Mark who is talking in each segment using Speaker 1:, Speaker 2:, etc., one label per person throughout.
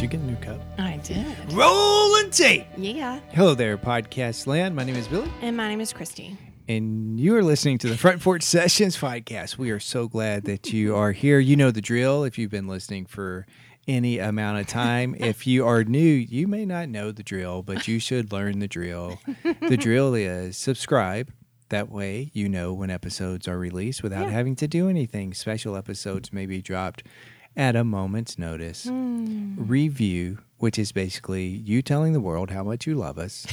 Speaker 1: you get a new cup?
Speaker 2: I did.
Speaker 1: Rolling tape.
Speaker 2: Yeah.
Speaker 1: Hello there, podcast land. My name is Billy,
Speaker 2: And my name is Christy.
Speaker 1: and you are listening to the Front Porch Sessions podcast. We are so glad that you are here. You know the drill. If you've been listening for any amount of time, if you are new, you may not know the drill, but you should learn the drill. The drill is subscribe. That way, you know when episodes are released without having to do anything. Special episodes may be dropped at a moment's notice. Review, which is basically you telling the world how much you love us,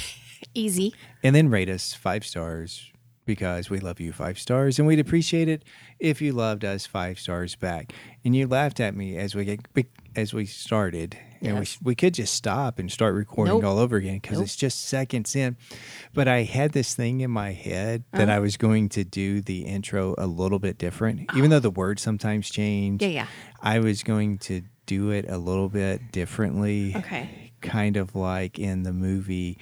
Speaker 2: Easy.
Speaker 1: and then rate us five stars because we love you five stars and we'd appreciate it if you loved us five stars back. And you laughed at me as we get, as we started. And
Speaker 2: Yes.
Speaker 1: we, we could just stop and start recording
Speaker 2: Nope.
Speaker 1: all over again because
Speaker 2: Nope.
Speaker 1: it's just seconds in. But I had this thing in my head that
Speaker 2: Uh-huh.
Speaker 1: I was going to do the intro a little bit different, even though the words sometimes change.
Speaker 2: Yeah, yeah.
Speaker 1: I was going to do it a little bit differently.
Speaker 2: Okay.
Speaker 1: Kind of like in the movie,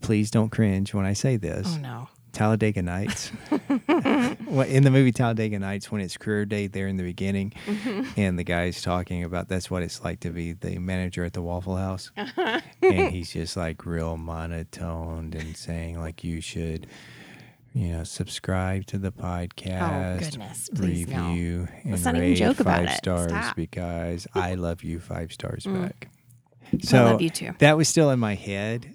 Speaker 1: please don't cringe when I say this.
Speaker 2: Oh no.
Speaker 1: Talladega Nights. Well, in the movie Talladega Nights, when it's career day there in the beginning,
Speaker 2: Mm-hmm.
Speaker 1: and the guy's talking about that's what it's like to be the manager at the Waffle House, and he's just like real monotoned and saying like you should, you know, subscribe to the podcast,
Speaker 2: Oh, goodness, please no.
Speaker 1: review, and
Speaker 2: Let's not even
Speaker 1: rate
Speaker 2: joke about
Speaker 1: five
Speaker 2: it.
Speaker 1: stars
Speaker 2: Stop. Mm.
Speaker 1: because I love you five stars back. So
Speaker 2: love you too. Mm.
Speaker 1: That was still in my head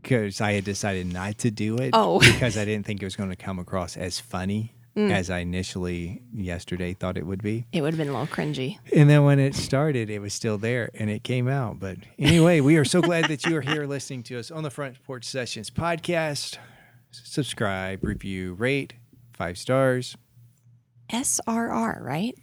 Speaker 1: because I had decided not to do it.
Speaker 2: Oh.
Speaker 1: because I didn't think it was going to come across as funny
Speaker 2: Mm.
Speaker 1: as I initially yesterday thought it would be.
Speaker 2: It would have been a little cringy.
Speaker 1: And then when it started, it was still there and it came out. But anyway, we are so glad that you are here listening to us on the Front Porch Sessions podcast. Subscribe, review, rate, five stars.
Speaker 2: SRR, right?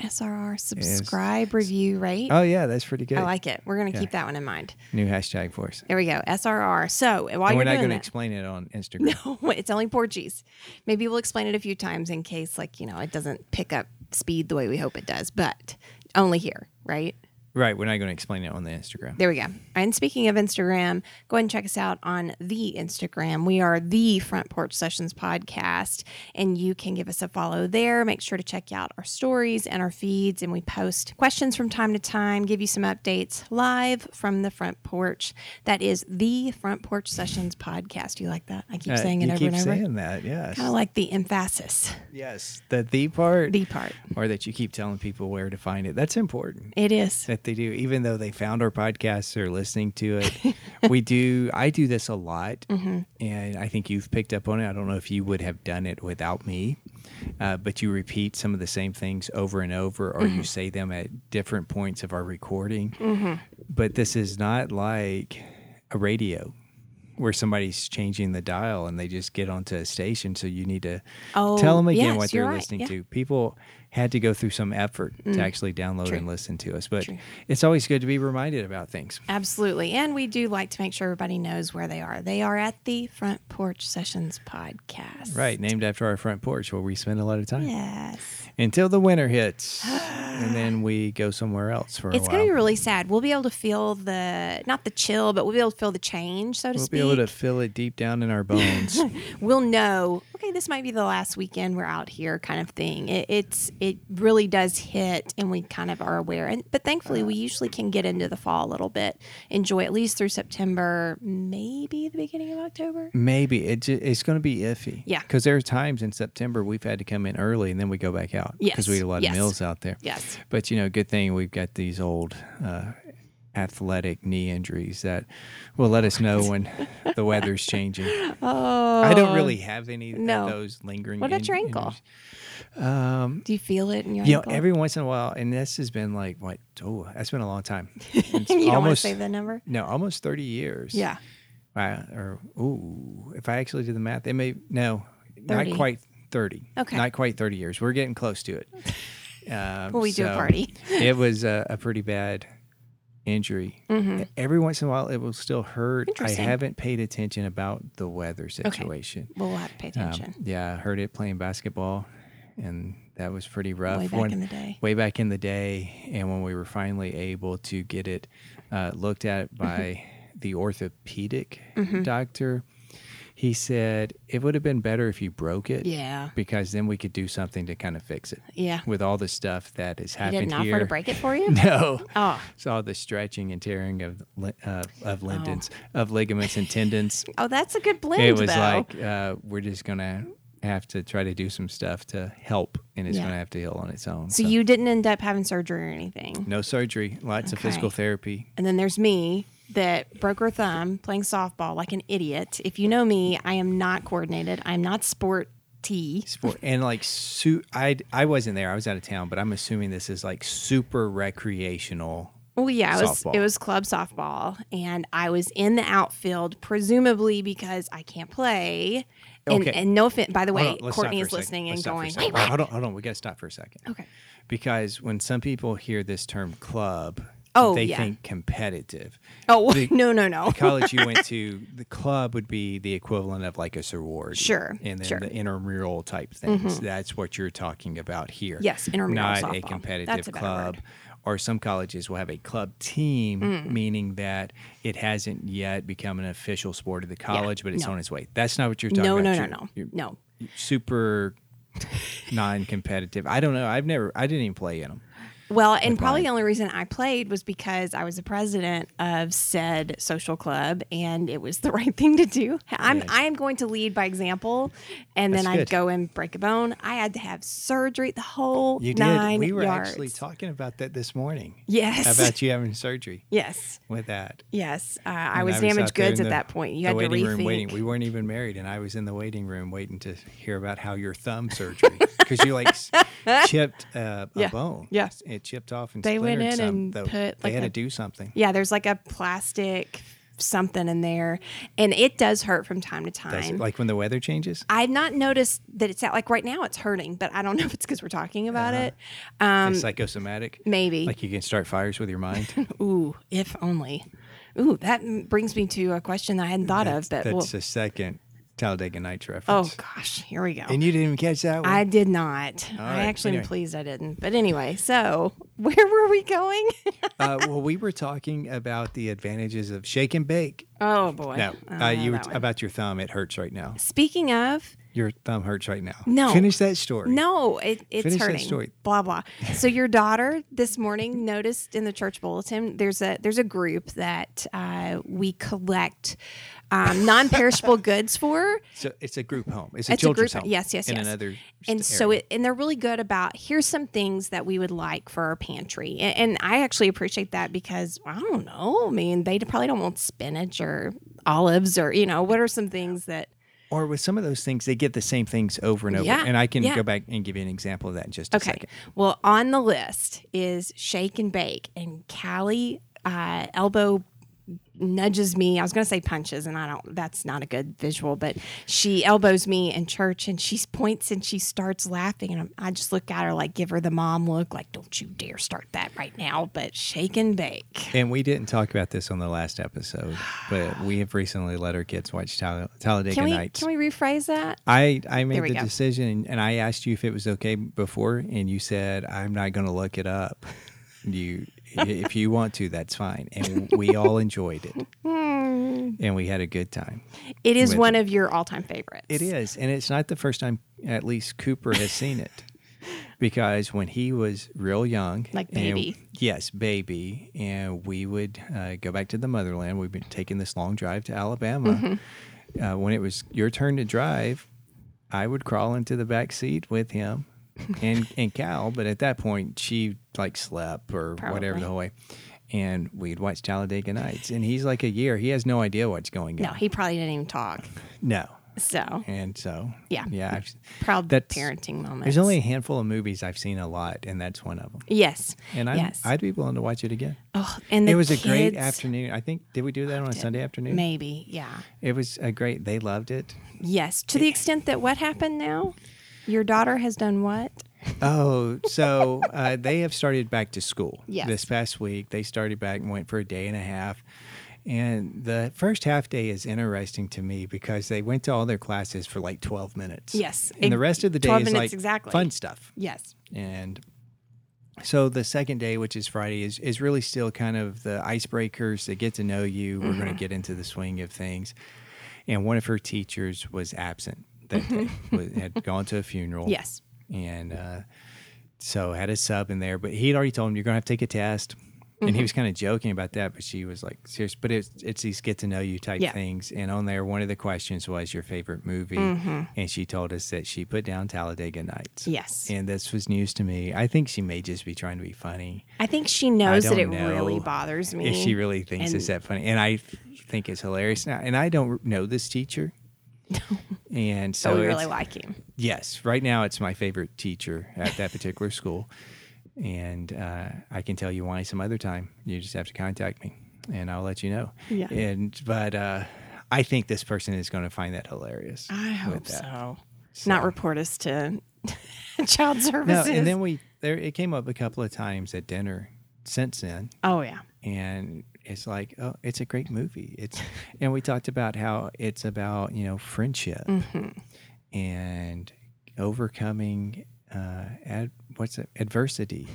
Speaker 2: SRR, subscribe, review, rate.
Speaker 1: Oh, yeah, that's pretty good.
Speaker 2: I like it. We're going to keep that one in mind.
Speaker 1: New hashtag for us.
Speaker 2: There we go. SRR. So while
Speaker 1: And we're not
Speaker 2: you're doing
Speaker 1: going to
Speaker 2: that,
Speaker 1: explain it on Instagram.
Speaker 2: it's only Portuguese. Maybe we'll explain it a few times in case, like, you know, it doesn't pick up speed the way we hope it does, but only here, right?
Speaker 1: Right, we're not going to explain it on the Instagram.
Speaker 2: There we go. And speaking of Instagram, go ahead and check us out on the Instagram. We are the Front Porch Sessions podcast, and you can give us a follow there. Make sure to check out our stories and our feeds, and we post questions from time to time, give you some updates live from the front porch. That is the Front Porch Sessions podcast. You like that? I keep
Speaker 1: Uh,
Speaker 2: saying it
Speaker 1: you
Speaker 2: over
Speaker 1: keep
Speaker 2: and over.
Speaker 1: saying that, yes.
Speaker 2: I like the emphasis,
Speaker 1: Yes, the the part,
Speaker 2: the part.
Speaker 1: or that you keep telling people where to find it. That's important
Speaker 2: It is.
Speaker 1: that they do, even though they found our podcast, they're listening to it. we do, I do this a lot, and I think you've picked up on it. I don't know if you would have done it without me, uh, but you repeat some of the same things over and over, or you say them at different points of our recording. But this is not like a radio. Where somebody's changing the dial and they just get onto a station, so you need to
Speaker 2: Oh,
Speaker 1: tell them again
Speaker 2: yes,
Speaker 1: what they're
Speaker 2: you're right.
Speaker 1: listening
Speaker 2: Yeah. Mm,
Speaker 1: to. People had to go through some effort to actually download and listen to us, but
Speaker 2: True.
Speaker 1: it's always good to be reminded about things.
Speaker 2: Absolutely. And we do like to make sure everybody knows where they are. They are at the Front Porch Sessions podcast.
Speaker 1: Right, named after our front porch where we spend a lot of time
Speaker 2: Yes.
Speaker 1: until the winter hits, and then we go somewhere else for
Speaker 2: It's
Speaker 1: a
Speaker 2: going to be
Speaker 1: while.
Speaker 2: really sad. We'll be able to feel the, not the chill, but we'll be able to feel the change, so to
Speaker 1: We'll
Speaker 2: speak.
Speaker 1: be able to feel it deep down in our bones.
Speaker 2: we'll know okay this might be the last weekend we're out here kind of thing it, it's it really does hit and we kind of are aware and but thankfully we usually can get into the fall a little bit enjoy at least through september maybe the beginning of october
Speaker 1: Mm. Maybe it ju- it's going to be iffy.
Speaker 2: Yeah.
Speaker 1: because there are times in September we've had to come in early and then we go back out
Speaker 2: Yes,
Speaker 1: because we had a lot
Speaker 2: yes.
Speaker 1: of meals out there.
Speaker 2: yes
Speaker 1: But you know, good thing we've got these old uh, athletic knee injuries that will let us know when the weather's changing.
Speaker 2: oh
Speaker 1: I don't really have any
Speaker 2: no.
Speaker 1: of those lingering.
Speaker 2: What about your ankle?
Speaker 1: injuries.
Speaker 2: Oh, do you feel it in your
Speaker 1: You know,
Speaker 2: ankle?
Speaker 1: every once in a while, and this has been like what? Oh, that's been a long time. It's
Speaker 2: you don't want to
Speaker 1: almost
Speaker 2: say the number
Speaker 1: no, almost thirty years.
Speaker 2: yeah
Speaker 1: I- or ooh, if I actually did the math, it may no,
Speaker 2: 30.
Speaker 1: not quite thirty.
Speaker 2: Okay.
Speaker 1: not quite thirty years. We're getting close to it. Um,
Speaker 2: Well, we do a party.
Speaker 1: it was a, a pretty bad injury. E, Every once in a while, it will still hurt. I
Speaker 2: Mm-hmm. Interesting.
Speaker 1: haven't paid attention about the weather situation.
Speaker 2: well we'll have to pay
Speaker 1: Um,
Speaker 2: attention
Speaker 1: yeah, I heard it playing basketball, and that was pretty rough.
Speaker 2: Way back
Speaker 1: When-
Speaker 2: in the day.
Speaker 1: Way back in the day, and when we were finally able to get
Speaker 2: Mm-hmm.
Speaker 1: it uh, looked at by the orthopedic doctor, He said it would have been better if you broke it
Speaker 2: Yeah.
Speaker 1: because then we could do something to kind of fix it
Speaker 2: Yeah.
Speaker 1: with all the stuff that has
Speaker 2: He
Speaker 1: happened
Speaker 2: didn't
Speaker 1: here.
Speaker 2: offer to break it for you?
Speaker 1: No.
Speaker 2: Oh.
Speaker 1: It's all the stretching and tearing of li- uh, of ligaments, of ligaments and tendons.
Speaker 2: Oh, that's a good blend,
Speaker 1: it was
Speaker 2: though.
Speaker 1: like uh, we're just gonna have to try to do some stuff to help, and it's
Speaker 2: Yeah.
Speaker 1: gonna have to heal on its own.
Speaker 2: so you didn't end up having surgery or anything.
Speaker 1: no surgery, lots of physical
Speaker 2: Okay.
Speaker 1: therapy.
Speaker 2: And then there's me that broke her thumb playing softball like an idiot. If you know me, I am not coordinated. I'm not sporty.
Speaker 1: Sport. And like, su- I I wasn't there. I was out of town, but I'm assuming this is like super recreational.
Speaker 2: Well, yeah, it was,
Speaker 1: Softball.
Speaker 2: it was club softball, and I was in the outfield, presumably because I can't play. And,
Speaker 1: Okay.
Speaker 2: and no offense, by the
Speaker 1: Hold
Speaker 2: way,
Speaker 1: on, let's stop
Speaker 2: Courtney
Speaker 1: for
Speaker 2: is
Speaker 1: a second.
Speaker 2: listening
Speaker 1: Let's
Speaker 2: and
Speaker 1: stop for a
Speaker 2: going,
Speaker 1: second.
Speaker 2: "Wait, what?"
Speaker 1: Hold on, hold on. We got to stop for a second.
Speaker 2: Okay.
Speaker 1: Because when some people hear this term club,
Speaker 2: Oh,
Speaker 1: they
Speaker 2: yeah.
Speaker 1: think competitive.
Speaker 2: Oh,
Speaker 1: The-
Speaker 2: no, no, no.
Speaker 1: college you went to, the club would be the equivalent of like a sorority.
Speaker 2: Sure,
Speaker 1: And then
Speaker 2: sure. Mm-hmm.
Speaker 1: the intramural type things. That's what you're talking about here.
Speaker 2: Yes, intramural
Speaker 1: Not a
Speaker 2: softball.
Speaker 1: competitive
Speaker 2: That's a better word. Mm.
Speaker 1: club. Or some colleges will have a club team, meaning that it hasn't yet become an official sport of the college, but it's
Speaker 2: no.
Speaker 1: on its way. That's not what you're talking
Speaker 2: No, no,
Speaker 1: about.
Speaker 2: no,
Speaker 1: You're-
Speaker 2: no,
Speaker 1: you're-
Speaker 2: no.
Speaker 1: super non-competitive. I don't know. I've never. I didn't even play in them.
Speaker 2: Well, and probably the only reason I played was because I was the president of said social club, and it was the right thing to do. I'm I am going to lead by example, and then
Speaker 1: That's
Speaker 2: I'd
Speaker 1: good.
Speaker 2: go and break a bone. I had to have surgery, the whole
Speaker 1: You did.
Speaker 2: nine
Speaker 1: we were
Speaker 2: yards.
Speaker 1: actually talking about that this morning.
Speaker 2: yes,
Speaker 1: About you having surgery
Speaker 2: yes,
Speaker 1: with that.
Speaker 2: yes. Uh, I
Speaker 1: And
Speaker 2: was
Speaker 1: out
Speaker 2: damaged
Speaker 1: there in
Speaker 2: goods at
Speaker 1: the-
Speaker 2: that point. You
Speaker 1: the
Speaker 2: had to
Speaker 1: waiting
Speaker 2: rethink.
Speaker 1: room waiting. We weren't even married, and I was in the waiting room waiting to hear about how your thumb surgery because you like s- chipped uh, a
Speaker 2: Yeah.
Speaker 1: bone.
Speaker 2: Yeah.
Speaker 1: it chipped off and
Speaker 2: They went
Speaker 1: splintered
Speaker 2: in
Speaker 1: some,
Speaker 2: and
Speaker 1: though.
Speaker 2: put,
Speaker 1: they
Speaker 2: like,
Speaker 1: had
Speaker 2: a-
Speaker 1: to do something.
Speaker 2: Yeah, there's like a plastic something in there, and it does hurt from time to
Speaker 1: Does it-
Speaker 2: time.
Speaker 1: Like when the weather changes.
Speaker 2: I've not noticed that it's out. Like right now, it's hurting, but I don't know if it's because we're talking about it.
Speaker 1: it's psychosomatic.
Speaker 2: Um, Maybe.
Speaker 1: Uh-huh. Like you can start fires with your mind.
Speaker 2: Ooh, if only. Ooh, that m- brings me to a question that I hadn't thought of, but
Speaker 1: That's
Speaker 2: well,
Speaker 1: the second Talladega Nights reference.
Speaker 2: oh gosh, here we go.
Speaker 1: And you didn't even catch that one.
Speaker 2: I did not. I
Speaker 1: right,
Speaker 2: actually am
Speaker 1: anyway.
Speaker 2: pleased I didn't. But anyway, so where were we going?
Speaker 1: uh, well, we were talking about the advantages of shake and bake.
Speaker 2: oh boy.
Speaker 1: No,
Speaker 2: I don't
Speaker 1: uh,
Speaker 2: know
Speaker 1: you were
Speaker 2: that
Speaker 1: t-
Speaker 2: one.
Speaker 1: about your thumb. It hurts right now.
Speaker 2: Speaking of,
Speaker 1: Your thumb hurts right now.
Speaker 2: No.
Speaker 1: Finish that story.
Speaker 2: no, it, it's
Speaker 1: Finish that
Speaker 2: hurting.
Speaker 1: story.
Speaker 2: Blah blah. So your daughter this morning noticed in the church bulletin there's a there's a group that uh, we collect um, non-perishable goods for.
Speaker 1: So it's a group home. It's a
Speaker 2: It's a
Speaker 1: children's
Speaker 2: group-
Speaker 1: home.
Speaker 2: yes, yes,
Speaker 1: in
Speaker 2: yes.
Speaker 1: another.
Speaker 2: and
Speaker 1: st-
Speaker 2: so
Speaker 1: area.
Speaker 2: it and they're really good about here's some things that we would like for our pantry and, and i actually appreciate that because i don't know i mean they probably don't want spinach or olives or you know what are some things that
Speaker 1: or with some of those things, they get the same things over and over.
Speaker 2: Yeah,
Speaker 1: And I can
Speaker 2: yeah.
Speaker 1: go back and give you an example of that in just a
Speaker 2: okay
Speaker 1: second.
Speaker 2: well on the list is shake and bake and callie uh, elbow nudges me i was going to say punches and i don't that's not a good visual but she elbows me in church and she points and she starts laughing and I'm, i just look at her like give her the mom look like don't you dare start that right now but shake and bake
Speaker 1: And we didn't talk about this on the last episode, but we have recently let our kids watch Tall- Talladega
Speaker 2: can we
Speaker 1: Nights.
Speaker 2: can we rephrase that
Speaker 1: I, I made
Speaker 2: There we
Speaker 1: the
Speaker 2: go.
Speaker 1: decision and- and I asked you if it was okay before, and you said, I'm not going to look it up. You, if you want to, that's fine. And we all enjoyed it.
Speaker 2: Hmm.
Speaker 1: and we had a good time.
Speaker 2: it is
Speaker 1: With
Speaker 2: one of your all-time favorites
Speaker 1: It is. And it's not the first time, at least Cooper has seen it. Because when he was real young,
Speaker 2: Like
Speaker 1: and-
Speaker 2: baby.
Speaker 1: yes, baby, and we would uh, go back to the motherland. We've been taking this long drive to Alabama.
Speaker 2: Mm-hmm.
Speaker 1: Uh, when it was your turn to drive, I would crawl into the back seat with him and and Cal. But at that point, she like slept or whatever
Speaker 2: Probably.
Speaker 1: the whole way, and we'd watch Talladega Nights. And he's like a year; he has no idea what's going
Speaker 2: no
Speaker 1: on.
Speaker 2: he probably didn't even talk
Speaker 1: No,
Speaker 2: so
Speaker 1: and so
Speaker 2: Yeah.
Speaker 1: yeah. I've,
Speaker 2: proud
Speaker 1: That's-
Speaker 2: parenting moment
Speaker 1: there's only a handful of movies I've seen a lot, and that's one of them.
Speaker 2: yes
Speaker 1: And I,
Speaker 2: yes
Speaker 1: I'd be willing to watch it again.
Speaker 2: oh and the
Speaker 1: it was a great
Speaker 2: kids-
Speaker 1: afternoon. I think did we do that on a Sunday afternoon?
Speaker 2: Maybe, yeah.
Speaker 1: It was a great. They loved it.
Speaker 2: Yes, to the extent that what happened now? Your daughter has done what?
Speaker 1: Oh, so uh, they have started back to school.
Speaker 2: Yes.
Speaker 1: This past week, they started back and went for a day and a half. And the first half day is interesting to me because they went to all their classes for like 12 minutes.
Speaker 2: Yes,
Speaker 1: And the
Speaker 2: ex-
Speaker 1: rest of the day
Speaker 2: 12
Speaker 1: is
Speaker 2: minutes
Speaker 1: like
Speaker 2: exactly.
Speaker 1: fun stuff.
Speaker 2: Yes.
Speaker 1: And so the second day, which is Friday, is, is really still kind of the icebreakers that get to know you. We're going to get into the swing of things. and one of her teachers was absent that day, was, had gone to a funeral.
Speaker 2: Yes.
Speaker 1: and uh, so had a sub in there. But he'd already told him you're gonna have to take a test, and he was kind of joking about that. But she was like, "Serious." But it's it's these get to know you type
Speaker 2: Yeah.
Speaker 1: things. And on there, one of the questions was your favorite movie, and she told us that she put down Talladega Nights.
Speaker 2: Yes.
Speaker 1: and this was news to me. I think she may just be trying to be funny
Speaker 2: I think she knows that
Speaker 1: don't
Speaker 2: it really
Speaker 1: know
Speaker 2: bothers me.
Speaker 1: if she really thinks it's
Speaker 2: and-
Speaker 1: that funny. And I th- think it's hilarious now. And I don't know this teacher. And so
Speaker 2: but we
Speaker 1: it's-
Speaker 2: Oh, really like him.
Speaker 1: Yes, right now it's my favorite teacher at that particular school, and uh, I can tell you why some other time. You just have to contact me, and I'll let you know.
Speaker 2: Yeah.
Speaker 1: And but uh, I think this person is going to find that hilarious.
Speaker 2: I hope
Speaker 1: with that.
Speaker 2: so. Not report us to child
Speaker 1: No,
Speaker 2: services.
Speaker 1: and then we there it came up a couple of times at dinner since then,
Speaker 2: oh yeah,
Speaker 1: and it's like oh it's a great movie it's and we talked about how it's about you know friendship and overcoming uh ad, what's it adversity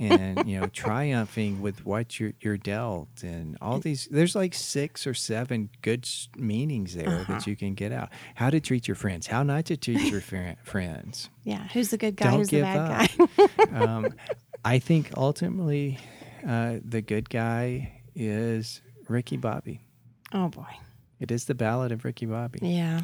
Speaker 1: and you know triumphing with what you're, you're dealt and all these there's like six or seven good s- meanings there that you can get out how to treat your friends how not to treat your fri friends
Speaker 2: yeah. Who's the good guy?
Speaker 1: Don't
Speaker 2: Who's the
Speaker 1: give
Speaker 2: bad
Speaker 1: up.
Speaker 2: guy?
Speaker 1: um, I think ultimately uh, the good guy is Ricky Bobby.
Speaker 2: oh boy,
Speaker 1: It is the ballad of Ricky Bobby.
Speaker 2: yeah.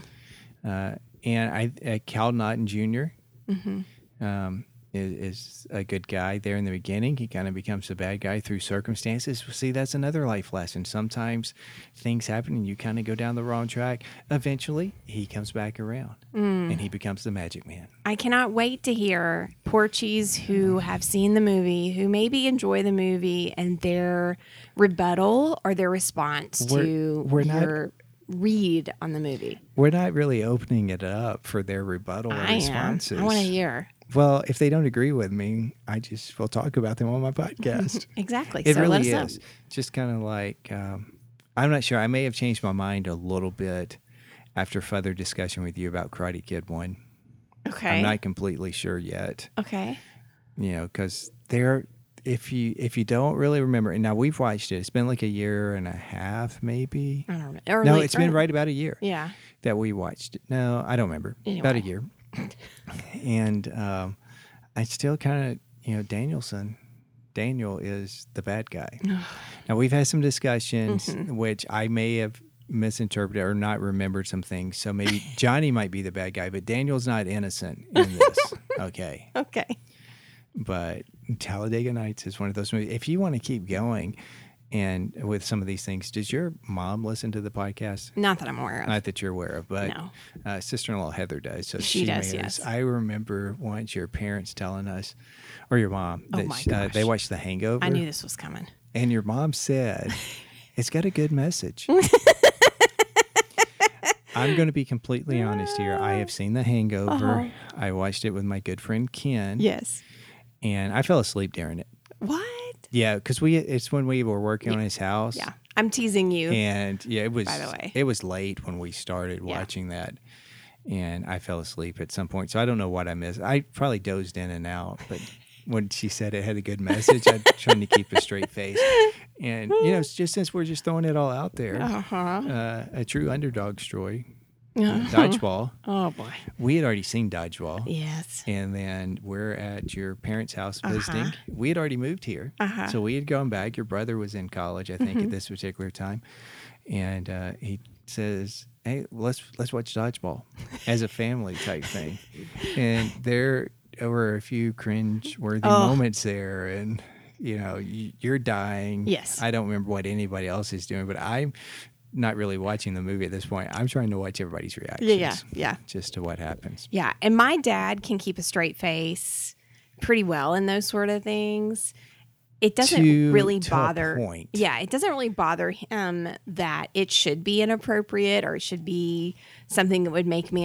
Speaker 1: Uh, and I, uh, Cal Naughton junior
Speaker 2: Mm-hmm.
Speaker 1: um, is, is a good guy there in the beginning. He kind of becomes a bad guy through circumstances. See, that's another life lesson. Sometimes things happen and you kind of go down the wrong track. Eventually, he comes back around
Speaker 2: Mm.
Speaker 1: and he becomes the magic man.
Speaker 2: I cannot wait to hear Porchies who have seen the movie, who maybe enjoy the movie, and their rebuttal or their response
Speaker 1: We're-
Speaker 2: to
Speaker 1: we're not-
Speaker 2: your read on the movie.
Speaker 1: We're not really opening it up for their rebuttal or
Speaker 2: I am.
Speaker 1: responses.
Speaker 2: I want to hear
Speaker 1: Well, if they don't agree with me, I just will talk about them on my podcast.
Speaker 2: exactly.
Speaker 1: it
Speaker 2: so let us
Speaker 1: really
Speaker 2: know.
Speaker 1: is just kind of like um, I'm not sure. I may have changed my mind a little bit after further discussion with you about Karate Kid One.
Speaker 2: Okay.
Speaker 1: I'm not completely sure yet,
Speaker 2: okay.
Speaker 1: you know, because there. If you if you don't really remember, and now we've watched it. It's been like a year and a half, maybe.
Speaker 2: I don't remember. Or
Speaker 1: No,
Speaker 2: like-
Speaker 1: it's
Speaker 2: or-
Speaker 1: been right about a year
Speaker 2: Yeah.
Speaker 1: that we watched. it. No, I don't remember. About a
Speaker 2: Anyway.
Speaker 1: year. and um, I still kind of, you know, Danielson, Daniel is the bad guy. now, we've had some discussions, which I may have misinterpreted or not remembered some things. So maybe Johnny might be the bad guy, but Daniel's not innocent in this. okay.
Speaker 2: Okay.
Speaker 1: But Talladega Nights is one of those movies. If you want to keep going, and with some of these things, does your mom listen to the podcast?
Speaker 2: Not that I'm aware of.
Speaker 1: Not that you're aware of, but
Speaker 2: No.
Speaker 1: uh, sister-in-law Heather does. So
Speaker 2: She
Speaker 1: she,
Speaker 2: does,
Speaker 1: may-
Speaker 2: yes.
Speaker 1: I remember once your parents telling us, or your mom,
Speaker 2: Oh
Speaker 1: that
Speaker 2: my
Speaker 1: sh- uh, they
Speaker 2: gosh.
Speaker 1: watched The Hangover,
Speaker 2: I knew this was coming.
Speaker 1: and your mom said, "It's got a good message." I'm going to be completely honest here. I have seen The Hangover.
Speaker 2: Uh-huh.
Speaker 1: I watched it with my good friend Ken,
Speaker 2: Yes.
Speaker 1: and I fell asleep during it.
Speaker 2: What?
Speaker 1: Yeah, because we—it's when we were working on his house.
Speaker 2: Yeah. I'm teasing you.
Speaker 1: And yeah, it was
Speaker 2: the way.
Speaker 1: it was late when we started
Speaker 2: Yeah.
Speaker 1: watching that. And I fell asleep at some point. So I don't know what I missed. I probably dozed in and out, but when she said it had a good message, I'm trying to keep a straight face. And you know, it's just since we're just throwing it all out there,
Speaker 2: Uh-huh.
Speaker 1: uh, a true underdog story,
Speaker 2: Yeah.
Speaker 1: dodgeball.
Speaker 2: Oh boy.
Speaker 1: We had already seen dodgeball.
Speaker 2: Yes.
Speaker 1: And then we're at your parents' house visiting. We had already moved here.
Speaker 2: Uh-huh. Mm-hmm.
Speaker 1: So we had gone back. Your brother was in college, I think, at this particular time. And uh, he says, Hey, let's let's watch dodgeball as a family type thing. and there were a few cringe worthy
Speaker 2: Oh.
Speaker 1: moments there and you know, y- you're dying.
Speaker 2: Yes.
Speaker 1: I don't remember what anybody else is doing, but I'm not really watching the movie at this point. I'm trying to watch everybody's reactions
Speaker 2: Yeah, yeah. Yeah.
Speaker 1: just to what happens.
Speaker 2: Yeah. And my dad can keep a straight face pretty well in those sort of things. It doesn't
Speaker 1: To-
Speaker 2: really
Speaker 1: to a
Speaker 2: bother.
Speaker 1: point.
Speaker 2: Yeah, it doesn't really bother him that it should be inappropriate or it should be something that would make me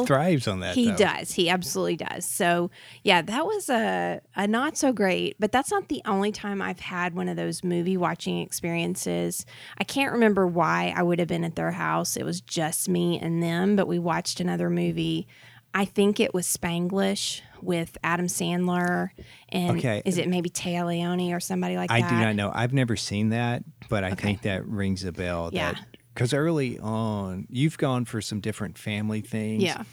Speaker 1: He thrives on that.
Speaker 2: He
Speaker 1: though.
Speaker 2: does. He absolutely does. So, yeah, that was a, a not so great, but that's not the only time I've had one of those movie watching experiences. I can't remember why I would have been at their house. It was just me and them, but we watched another movie. I think it was Spanglish with Adam Sandler and
Speaker 1: Okay.
Speaker 2: is it maybe Taya Leone or somebody like
Speaker 1: I
Speaker 2: that?
Speaker 1: do not know. I've never seen that, but I think that rings a bell
Speaker 2: Yeah.
Speaker 1: that because early on you've gone for some different family things.
Speaker 2: Yeah.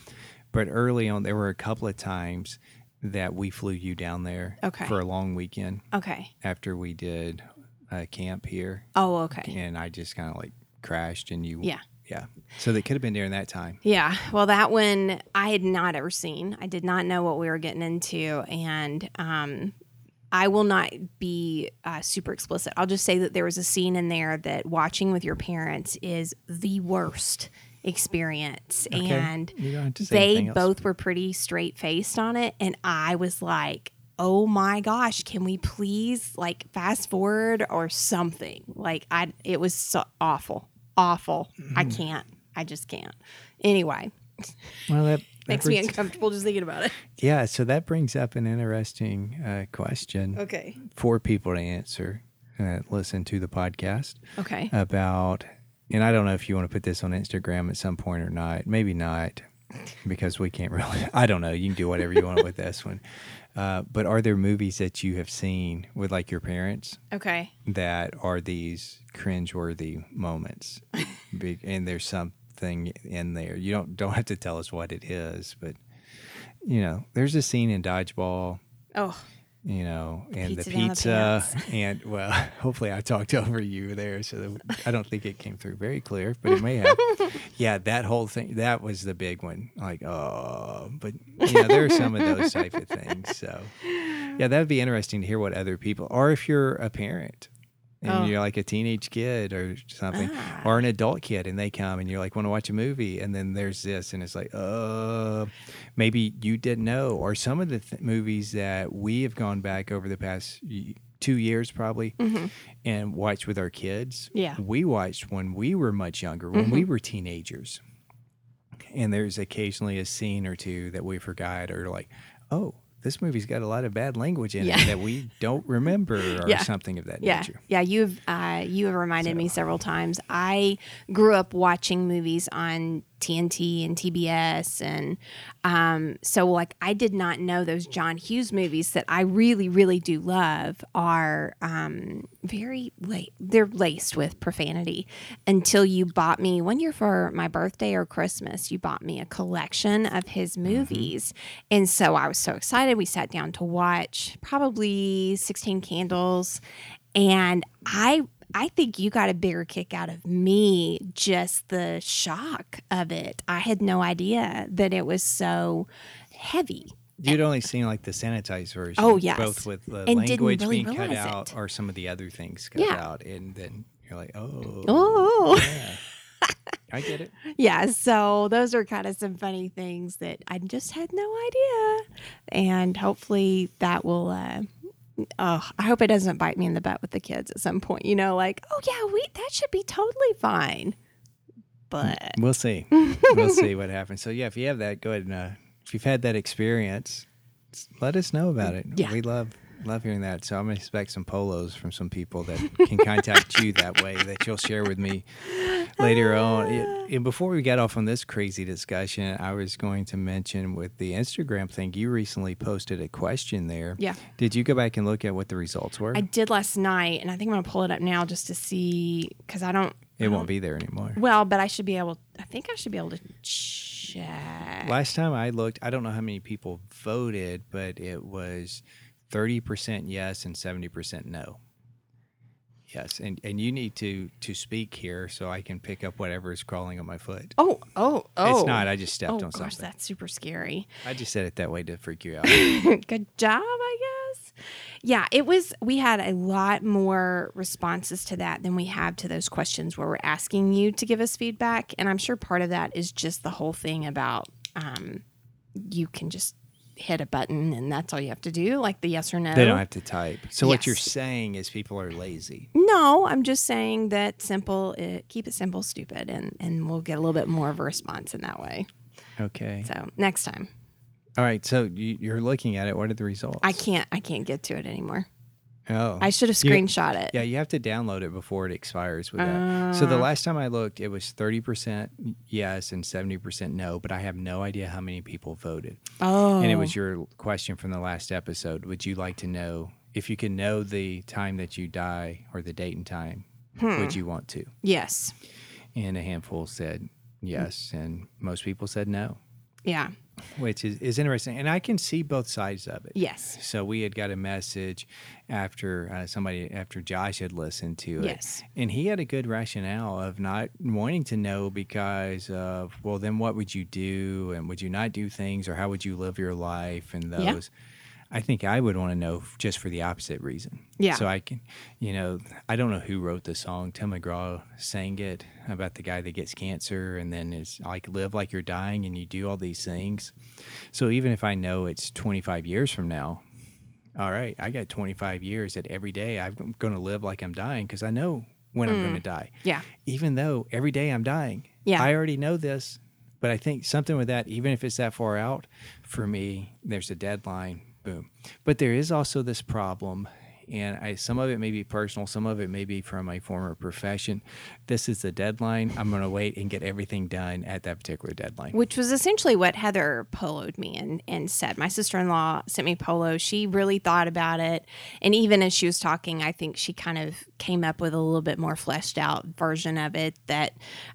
Speaker 1: But early on, there were a couple of times that we flew you down there
Speaker 2: Okay.
Speaker 1: for a long weekend
Speaker 2: Okay.
Speaker 1: after we did a camp here,
Speaker 2: Oh, okay.
Speaker 1: and I just kind of like crashed, and you
Speaker 2: Yeah.
Speaker 1: yeah. So they could have been during that time.
Speaker 2: Yeah. Well, that one I had not ever seen. I did not know what we were getting into. And um, I will not be uh, super explicit. I'll just say that there was a scene in there that watching with your parents is the worst experience.
Speaker 1: Okay.
Speaker 2: And
Speaker 1: You don't have to say
Speaker 2: they
Speaker 1: anything else.
Speaker 2: both were pretty straight faced on it. And I was like, oh my gosh, can we please like fast forward or something? Like, I, it was so awful, awful. I can't, I just can't. Anyway,
Speaker 1: Well, that, that
Speaker 2: makes me
Speaker 1: brings-
Speaker 2: uncomfortable just thinking about it.
Speaker 1: yeah. So that brings up an interesting uh, question
Speaker 2: Okay.
Speaker 1: for people to answer that listen to the podcast
Speaker 2: Okay.
Speaker 1: Uh, about, and I don't know if you want to put this on Instagram at some point or not. Maybe not, because we can't really. I don't know. You can do whatever you want with this one. Uh, but are there movies that you have seen with like your parents
Speaker 2: Okay.
Speaker 1: that are these cringeworthy moments? Be- and there's something in there. You don't don't have to tell us what it is, but you know, there's a scene in Dodgeball
Speaker 2: Oh,
Speaker 1: you know, and
Speaker 2: pizza
Speaker 1: the
Speaker 2: down the
Speaker 1: pizza, and well, hopefully I talked over you there, so that- I don't think it came through very clear, but it may have. yeah, that whole thing that was the big one. Like, oh, but you know, there are some of those type of things. So, yeah, that'd be interesting to hear what other people, or if you're a parent and
Speaker 2: Oh.
Speaker 1: you're like a teenage kid or something,
Speaker 2: Ah.
Speaker 1: or an adult kid, and they come and you're like, want to watch a movie, and then there's this, and it's like, uh, maybe you didn't know, or some of the th- movies that we have gone back over the past y- two years probably
Speaker 2: Mhm.
Speaker 1: and watched with our kids.
Speaker 2: Yeah. Mm-hmm.
Speaker 1: we watched when we were much younger, when we were teenagers, and there's occasionally a scene or two that we forgot, or like, oh. This movie's got a lot of bad language in
Speaker 2: Yeah.
Speaker 1: it that we don't remember, or
Speaker 2: Yeah.
Speaker 1: something of that
Speaker 2: yeah.
Speaker 1: nature.
Speaker 2: Yeah. You've, uh, you have reminded me several times. I grew up watching movies on TNT and TBS. And um, so, like, I did not know those John Hughes movies that I really, really do love are um, very late. They're laced with profanity until you bought me one year for my birthday or Christmas, you bought me a collection of his movies. And so I was so excited. We sat down to watch probably 16 Candles. And I I think you got a bigger kick out of me just the shock of it. I had no idea that it was so heavy.
Speaker 1: You'd only seen like the sanitized version.
Speaker 2: Oh, yes.
Speaker 1: Both with the
Speaker 2: didn't
Speaker 1: language
Speaker 2: really
Speaker 1: being cut
Speaker 2: realize
Speaker 1: out
Speaker 2: it.
Speaker 1: or some of the other things cut
Speaker 2: Yeah.
Speaker 1: out. And then you're like, oh.
Speaker 2: Oh.
Speaker 1: yeah. I get it.
Speaker 2: yeah, so those are kind of some funny things that I just had no idea, and hopefully that will. Uh, oh, I hope it doesn't bite me in the butt with the kids at some point. You know, like, oh yeah, we that should be totally fine. But
Speaker 1: We'll see. we'll see what happens. So, yeah, if you have that, go ahead and uh, if you've had that experience, s- let us know about it.
Speaker 2: Yeah.
Speaker 1: We love love hearing that. So, I'm going to expect some polos from some people that can contact you that way that you'll share with me later on. It- and before we got off on this crazy discussion, I was going to mention with the Instagram thing, you recently posted a question there.
Speaker 2: Yeah.
Speaker 1: Did you go back and look at what the results were?
Speaker 2: I did last night, and I think I'm gonna pull it up now just to see because I don't.
Speaker 1: it won't be there anymore.
Speaker 2: Well, but I should be able. I think I should be able to check.
Speaker 1: Last time I looked, I don't know how many people voted, but it was 30% yes and 70% no. Yes, and, and you need to to speak here so I can pick up whatever is crawling on my foot.
Speaker 2: Oh, oh, oh!
Speaker 1: It's not. I just stepped
Speaker 2: Oh
Speaker 1: on
Speaker 2: gosh,
Speaker 1: something.
Speaker 2: that's super scary.
Speaker 1: I just said it that way to freak you out.
Speaker 2: good job, I guess. Yeah, it was. We had a lot more responses to that than we have to those questions where we're asking you to give us feedback. And I'm sure part of that is just the whole thing about um, you can just hit a button and that's all you have to do, like the yes or no.
Speaker 1: they don't have to type. So what you're
Speaker 2: Yes.
Speaker 1: saying is people are lazy.
Speaker 2: no, I'm just saying that simple. It, keep it simple, stupid, and and we'll get a little bit more of a response in that way.
Speaker 1: Okay.
Speaker 2: So next time,
Speaker 1: All right. So you, you're looking at it. What are the results?
Speaker 2: I can't. I can't get to it anymore.
Speaker 1: Oh.
Speaker 2: I should have
Speaker 1: You-
Speaker 2: screenshot it.
Speaker 1: Yeah, you have to download it before it expires with that. So the last time I looked, it was 30% yes and 70% no, but I have no idea how many people voted.
Speaker 2: Oh,
Speaker 1: And it was your question from the last episode. Would you like to know if you can know the time that you die or the date and time? Would you want to?
Speaker 2: yes.
Speaker 1: and a handful said yes, and most people said no,
Speaker 2: Yeah.
Speaker 1: which is, is interesting. And I can see both sides of it.
Speaker 2: Yes.
Speaker 1: So we had got a message after uh, somebody after Josh had listened to it,
Speaker 2: Yes.
Speaker 1: and he had a good rationale of not wanting to know because of well, then what would you do, and would you not do things, or how would you live your life, and
Speaker 2: Yeah.
Speaker 1: those. I think I would want to know f- just for the opposite reason.
Speaker 2: Yeah.
Speaker 1: So I can, you know, I don't know who wrote the song. Tim McGraw sang it about the guy that gets cancer and then is like live like you're dying and you do all these things. So even if I know it's 25 years from now, all right, I got 25 years that every day I'm going to live like I'm dying because I know when I'm going to die.
Speaker 2: Yeah.
Speaker 1: Even though every day I'm dying.
Speaker 2: Yeah.
Speaker 1: I already know this, but I think something with that, even if it's that far out, for me, there's a deadline. Boom. But there is also this problem. And I, some of it may be personal, some of it may be from my former profession. This is the deadline. I'm going to wait and get everything done at that particular deadline.
Speaker 2: Which was essentially what Heather poloed me and, and said. My sister in law sent me polo. She really thought about it. And even as she was talking, I think she kind of came up with a little bit more fleshed out version of it that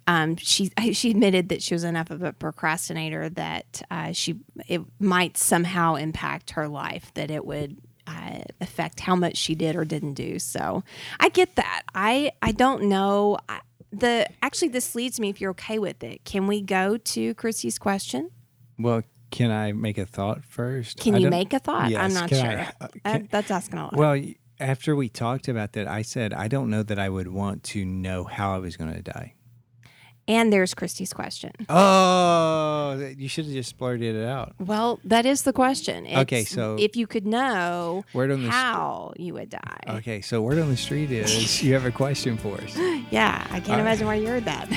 Speaker 2: um, she she admitted that she was enough of a procrastinator that uh, she it might somehow impact her life, that it would uh, affect how much she did or didn't do. So I get that. I I don't know. I, the actually this leads me if you're okay with it. Can we go to Chrissy's question?
Speaker 1: Well, can I make a thought first?
Speaker 2: Can
Speaker 1: I
Speaker 2: you
Speaker 1: don't-
Speaker 2: make a thought?
Speaker 1: Yes,
Speaker 2: I'm not
Speaker 1: can
Speaker 2: sure.
Speaker 1: I- uh,
Speaker 2: Uh,
Speaker 1: can-
Speaker 2: that's asking a lot.
Speaker 1: Well, y- after we talked about that, I said I don't know that I would want to know how I was going to die.
Speaker 2: and there's Christy's question.
Speaker 1: Oh, th- you should have just blurted it out.
Speaker 2: Well, that is the question.
Speaker 1: Okay,
Speaker 2: It's
Speaker 1: so-
Speaker 2: if you could know
Speaker 1: Word on the s-
Speaker 2: how you would die,
Speaker 1: Okay, so word on the street is you have a question for us.
Speaker 2: yeah, I can't
Speaker 1: Uh,
Speaker 2: imagine why you heard that.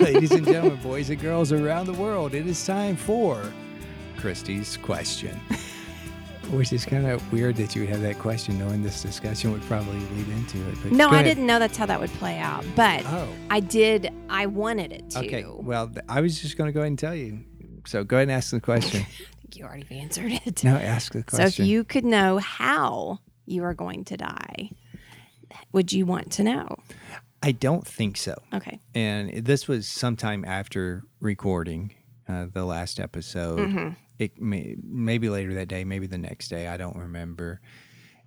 Speaker 1: Ladies and gentlemen, boys and girls around the world, it is time for Christie's question. Which is kind of weird that you would have that question, knowing this discussion would probably lead into it. But
Speaker 2: no,
Speaker 1: go
Speaker 2: I
Speaker 1: ahead.
Speaker 2: didn't know that's how that would play out, but
Speaker 1: Oh.
Speaker 2: I did. I wanted it to.
Speaker 1: Okay. Well, th- I was just going to go ahead and tell you. So go ahead and ask the question.
Speaker 2: I think you already answered it.
Speaker 1: no, ask the
Speaker 2: So
Speaker 1: question.
Speaker 2: if you could know how you are going to die, would you want to know?
Speaker 1: I don't think so.
Speaker 2: Okay.
Speaker 1: And this was sometime after recording uh, the last episode. It may, maybe later that day, maybe the next day. I don't remember.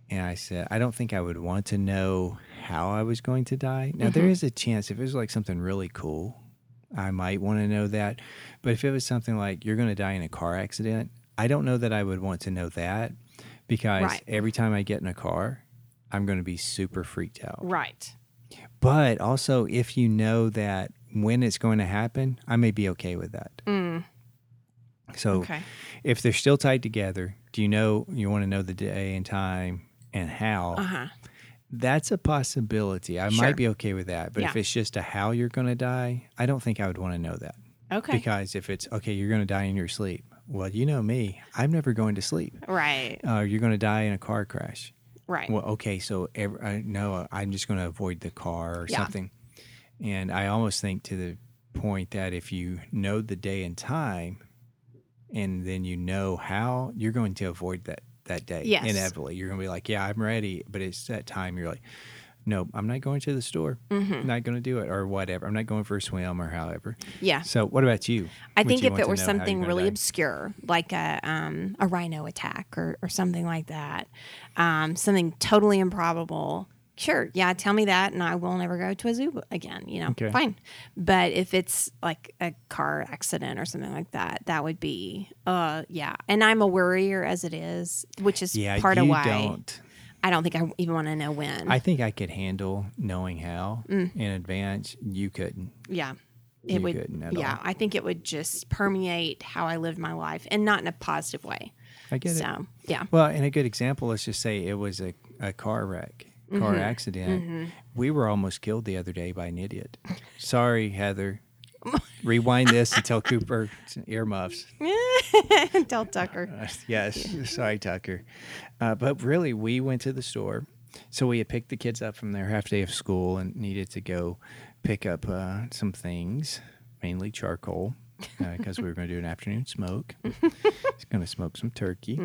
Speaker 1: And I said, I don't think I would want to know how I was going to die. Now there is a chance if it was like something really cool, I might want to know that. But if it was something like you're going to die in a car accident, I don't know that I would want to know that because
Speaker 2: Right.
Speaker 1: every time I get in a car, I'm going to be super freaked out.
Speaker 2: Right.
Speaker 1: But also, if you know that when it's going to happen, I may be okay with that. So,
Speaker 2: Mm, Okay.
Speaker 1: if they're still tied together, do you know you want to know the day and time and how?
Speaker 2: Uh huh.
Speaker 1: That's a possibility. I
Speaker 2: Sure.
Speaker 1: might be okay with that. But if
Speaker 2: Yeah.
Speaker 1: it's just a how you're going to die, I don't think I would want to know that.
Speaker 2: Okay.
Speaker 1: Because if it's okay, you're going to die in your sleep. Well, you know me, I'm never going to sleep.
Speaker 2: right.
Speaker 1: Uh, you're going to die in a car crash.
Speaker 2: Right.
Speaker 1: Well, okay, so every, I, no, I'm just going to avoid the car or
Speaker 2: Yeah.
Speaker 1: something. And I almost think to the point that if you know the day and time, and then you know how, you're going to avoid that that day
Speaker 2: Yes.
Speaker 1: inevitably. You're going to be like, yeah, I'm ready, but it's that time. You're like, no, I'm not going to the store.
Speaker 2: Mhm.
Speaker 1: Not going to do it, or whatever. I'm not going for a swim or however.
Speaker 2: yeah.
Speaker 1: So, what about you?
Speaker 2: I
Speaker 1: Would
Speaker 2: think
Speaker 1: you
Speaker 2: if
Speaker 1: want
Speaker 2: it
Speaker 1: to
Speaker 2: were
Speaker 1: know how you're
Speaker 2: something
Speaker 1: gonna
Speaker 2: really
Speaker 1: die?
Speaker 2: obscure, like a um, a rhino attack or, or something like that, um, something totally improbable. Sure, yeah, tell me that, and I will never go to a zoo again. You know,
Speaker 1: Okay.
Speaker 2: fine. But if it's like a car accident or something like that, that would be, uh, yeah. And I'm a worrier as it is, which is
Speaker 1: yeah,
Speaker 2: part of
Speaker 1: you
Speaker 2: why
Speaker 1: don't.
Speaker 2: I don't think I even want to know when.
Speaker 1: I think I could handle knowing how in advance. You couldn't.
Speaker 2: Yeah. It
Speaker 1: You
Speaker 2: would,
Speaker 1: couldn't at
Speaker 2: yeah.
Speaker 1: all.
Speaker 2: I think it would just permeate how I lived my life, and not in a positive way.
Speaker 1: I get it.
Speaker 2: So, yeah,
Speaker 1: Well, and a good example, let's just say it was a, a car wreck, car accident. We were almost killed the other day by an idiot. Sorry, Heather. Rewind this and tell Cooper earmuffs.
Speaker 2: tell Tucker.
Speaker 1: Uh, Yes, sorry, Tucker. Uh, but really, we went to the store. So we had picked the kids up from their half day of school and needed to go pick up uh, some things, mainly charcoal, because we were going to do an afternoon smoke. going to smoke some turkey.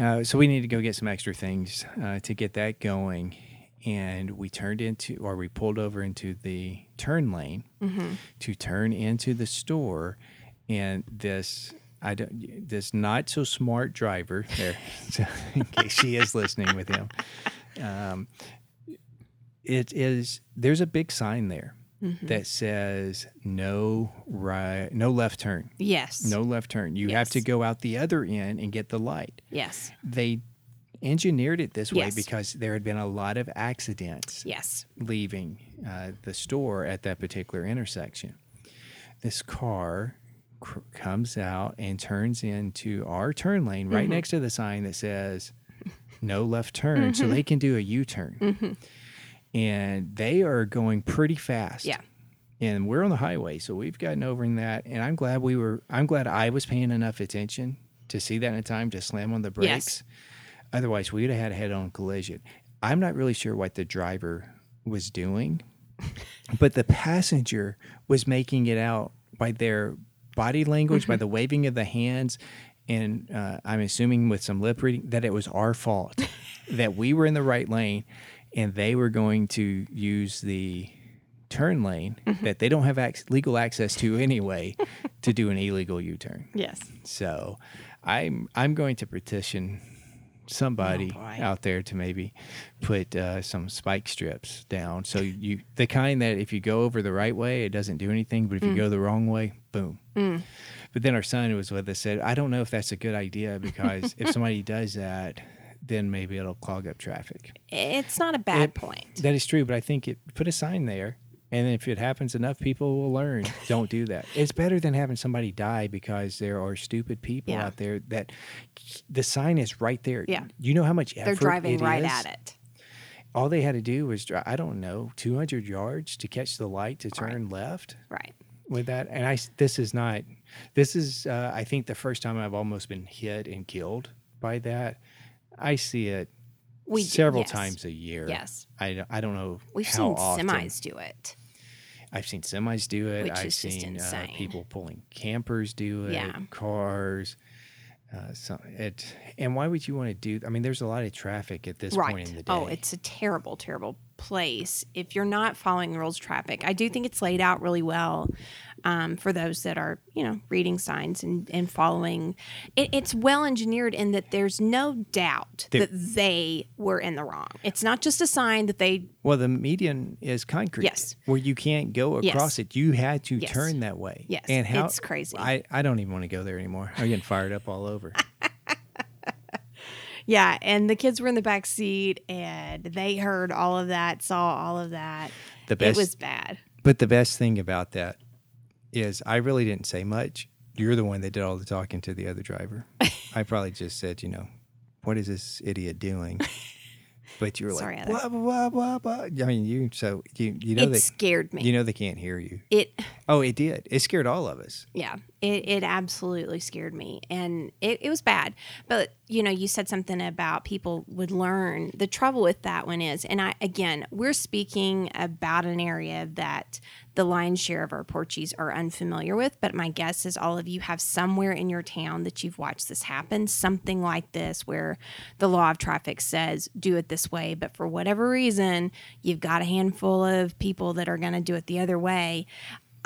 Speaker 1: Uh, so we need to go get some extra things uh, to get that going. and we turned into or we pulled over into the turn lane
Speaker 2: Mm-hmm.
Speaker 1: to turn into the store and this I don't this not so smart driver there so in case she is listening with him um, it is there's a big sign there
Speaker 2: Mhm.
Speaker 1: that says no right no left turn
Speaker 2: Yes.
Speaker 1: no left turn you have to
Speaker 2: Yes.
Speaker 1: go out the other end and get the light
Speaker 2: Yes.
Speaker 1: they engineered it this way
Speaker 2: Yes.
Speaker 1: because there had been a lot of accidents
Speaker 2: Yes.
Speaker 1: leaving uh, the store at that particular intersection. This car cr- comes out and turns into our turn lane
Speaker 2: Mm-hmm.
Speaker 1: right next to the sign that says no left turn, so
Speaker 2: Mm-hmm.
Speaker 1: they can do a U turn. And they are going pretty fast.
Speaker 2: Yeah.
Speaker 1: And we're on the highway, so we've gotten over in that. And I'm glad we were, I'm glad I was paying enough attention to see that in time to slam on the brakes.
Speaker 2: Yes.
Speaker 1: Otherwise, we would have had a head on collision. I'm not really sure what the driver was doing, but the passenger was making it out by their body language, by the waving of the hands, and uh, I'm assuming with some lip reading that it was our fault that we were in the right lane and they were going to use the turn lane
Speaker 2: Mm-hmm.
Speaker 1: that they don't have ac- legal access to anyway to do an illegal U-turn.
Speaker 2: Yes.
Speaker 1: So I'm I'm going to petition somebody
Speaker 2: Oh, boy.
Speaker 1: out there to maybe put uh, some spike strips down. So you the kind that if you go over the right way, it doesn't do anything, but if you
Speaker 2: Mm.
Speaker 1: go the wrong way, boom. But then our son who was with us said, I don't know if that's a good idea because if somebody does that, then maybe it'll clog up traffic.
Speaker 2: It's not a bad
Speaker 1: It-
Speaker 2: point.
Speaker 1: That is true, but I think it put a sign there. And if it happens enough, people will learn. Don't do that. It's better than having somebody die because there are stupid people
Speaker 2: Yeah.
Speaker 1: out there that the sign is right there.
Speaker 2: Yeah.
Speaker 1: You know how much effort
Speaker 2: They're driving
Speaker 1: it
Speaker 2: right
Speaker 1: is?
Speaker 2: at it.
Speaker 1: All they had to do was drive. I don't know, 200 yards to catch the light to turn left
Speaker 2: Right.
Speaker 1: with that. And I s- this is not. This is uh, I think the first time I've almost been hit and killed by that. I see it
Speaker 2: We do,
Speaker 1: several
Speaker 2: yes.
Speaker 1: times a year.
Speaker 2: Yes.
Speaker 1: I, don't- I don't know.
Speaker 2: We've
Speaker 1: how
Speaker 2: seen
Speaker 1: often.
Speaker 2: semis do it.
Speaker 1: I've seen semis do it.
Speaker 2: Which
Speaker 1: I've
Speaker 2: is just
Speaker 1: seen uh,
Speaker 2: insane.
Speaker 1: people pulling campers do it.
Speaker 2: Yeah.
Speaker 1: Cars. Uh, so it and why would you want to do? I mean, there's a lot of traffic at this point
Speaker 2: Right.
Speaker 1: in the day.
Speaker 2: Oh, it's a terrible, terrible place if you're not following the rules of traffic. I do think it's laid out really well um, for those that are, you know, reading signs and, and following. It, it's well engineered in that there's no doubt
Speaker 1: There-
Speaker 2: that they were in the wrong. It's not just a sign that they,
Speaker 1: well, the median is concrete.
Speaker 2: Yes.
Speaker 1: where you can't go
Speaker 2: Yes.
Speaker 1: across it. You had to
Speaker 2: Yes.
Speaker 1: turn that way.
Speaker 2: Yes,
Speaker 1: and how
Speaker 2: it's crazy.
Speaker 1: I I don't even want to go there anymore. I'm getting fired up all over.
Speaker 2: yeah. And the kids were in the back seat and they heard all of that, saw all of that.
Speaker 1: The best
Speaker 2: It was bad.
Speaker 1: But the best thing about that is I really didn't say much. You're the one that did all the talking to the other driver. I probably just said, you know, what is this idiot doing? But you were
Speaker 2: Sorry,
Speaker 1: like,
Speaker 2: Heather.
Speaker 1: blah, blah, blah, blah. I mean, you, so you, you know,
Speaker 2: it
Speaker 1: they,
Speaker 2: scared me.
Speaker 1: you know, they can't hear you.
Speaker 2: it
Speaker 1: Oh, it did. It scared all of us.
Speaker 2: Yeah, it, it absolutely scared me. And it, it was bad. But, you know, you said something about people would learn. The trouble with that one is, and I, again, we're speaking about an area that the lion's share of our Porchies are unfamiliar with. But my guess is all of you have somewhere in your town that you've watched this happen, something like this, where the law of traffic says do it this way. But for whatever reason, you've got a handful of people that are going to do it the other way.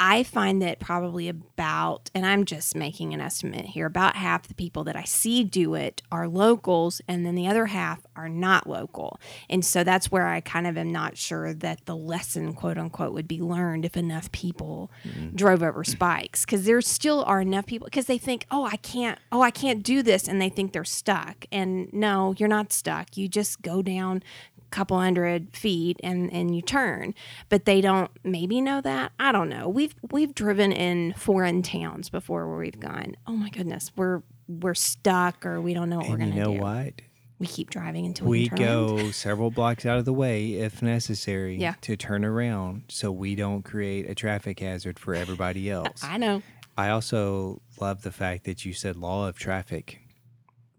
Speaker 2: I find that probably about, and I'm just making an estimate here, about half the people that I see do it are locals, and then the other half are not local. And so that's where I kind of am not sure that the lesson, quote unquote, would be learned if enough people drove over spikes. Because there still are enough people, because they think, oh, I can't, oh, I can't do this. And they think they're stuck. And no, you're not stuck. You just go down couple hundred feet and and you turn but they don't maybe know that i don't know we've we've driven in foreign towns before where we've gone oh my goodness we're we're stuck or we don't know what we're
Speaker 1: and
Speaker 2: gonna
Speaker 1: you know
Speaker 2: do
Speaker 1: what?
Speaker 2: we keep driving until we,
Speaker 1: We
Speaker 2: turn.
Speaker 1: go several blocks out of the way if necessary
Speaker 2: Yeah.
Speaker 1: to turn around so we don't create a traffic hazard for everybody else.
Speaker 2: i know
Speaker 1: I also love the fact that you said law of traffic.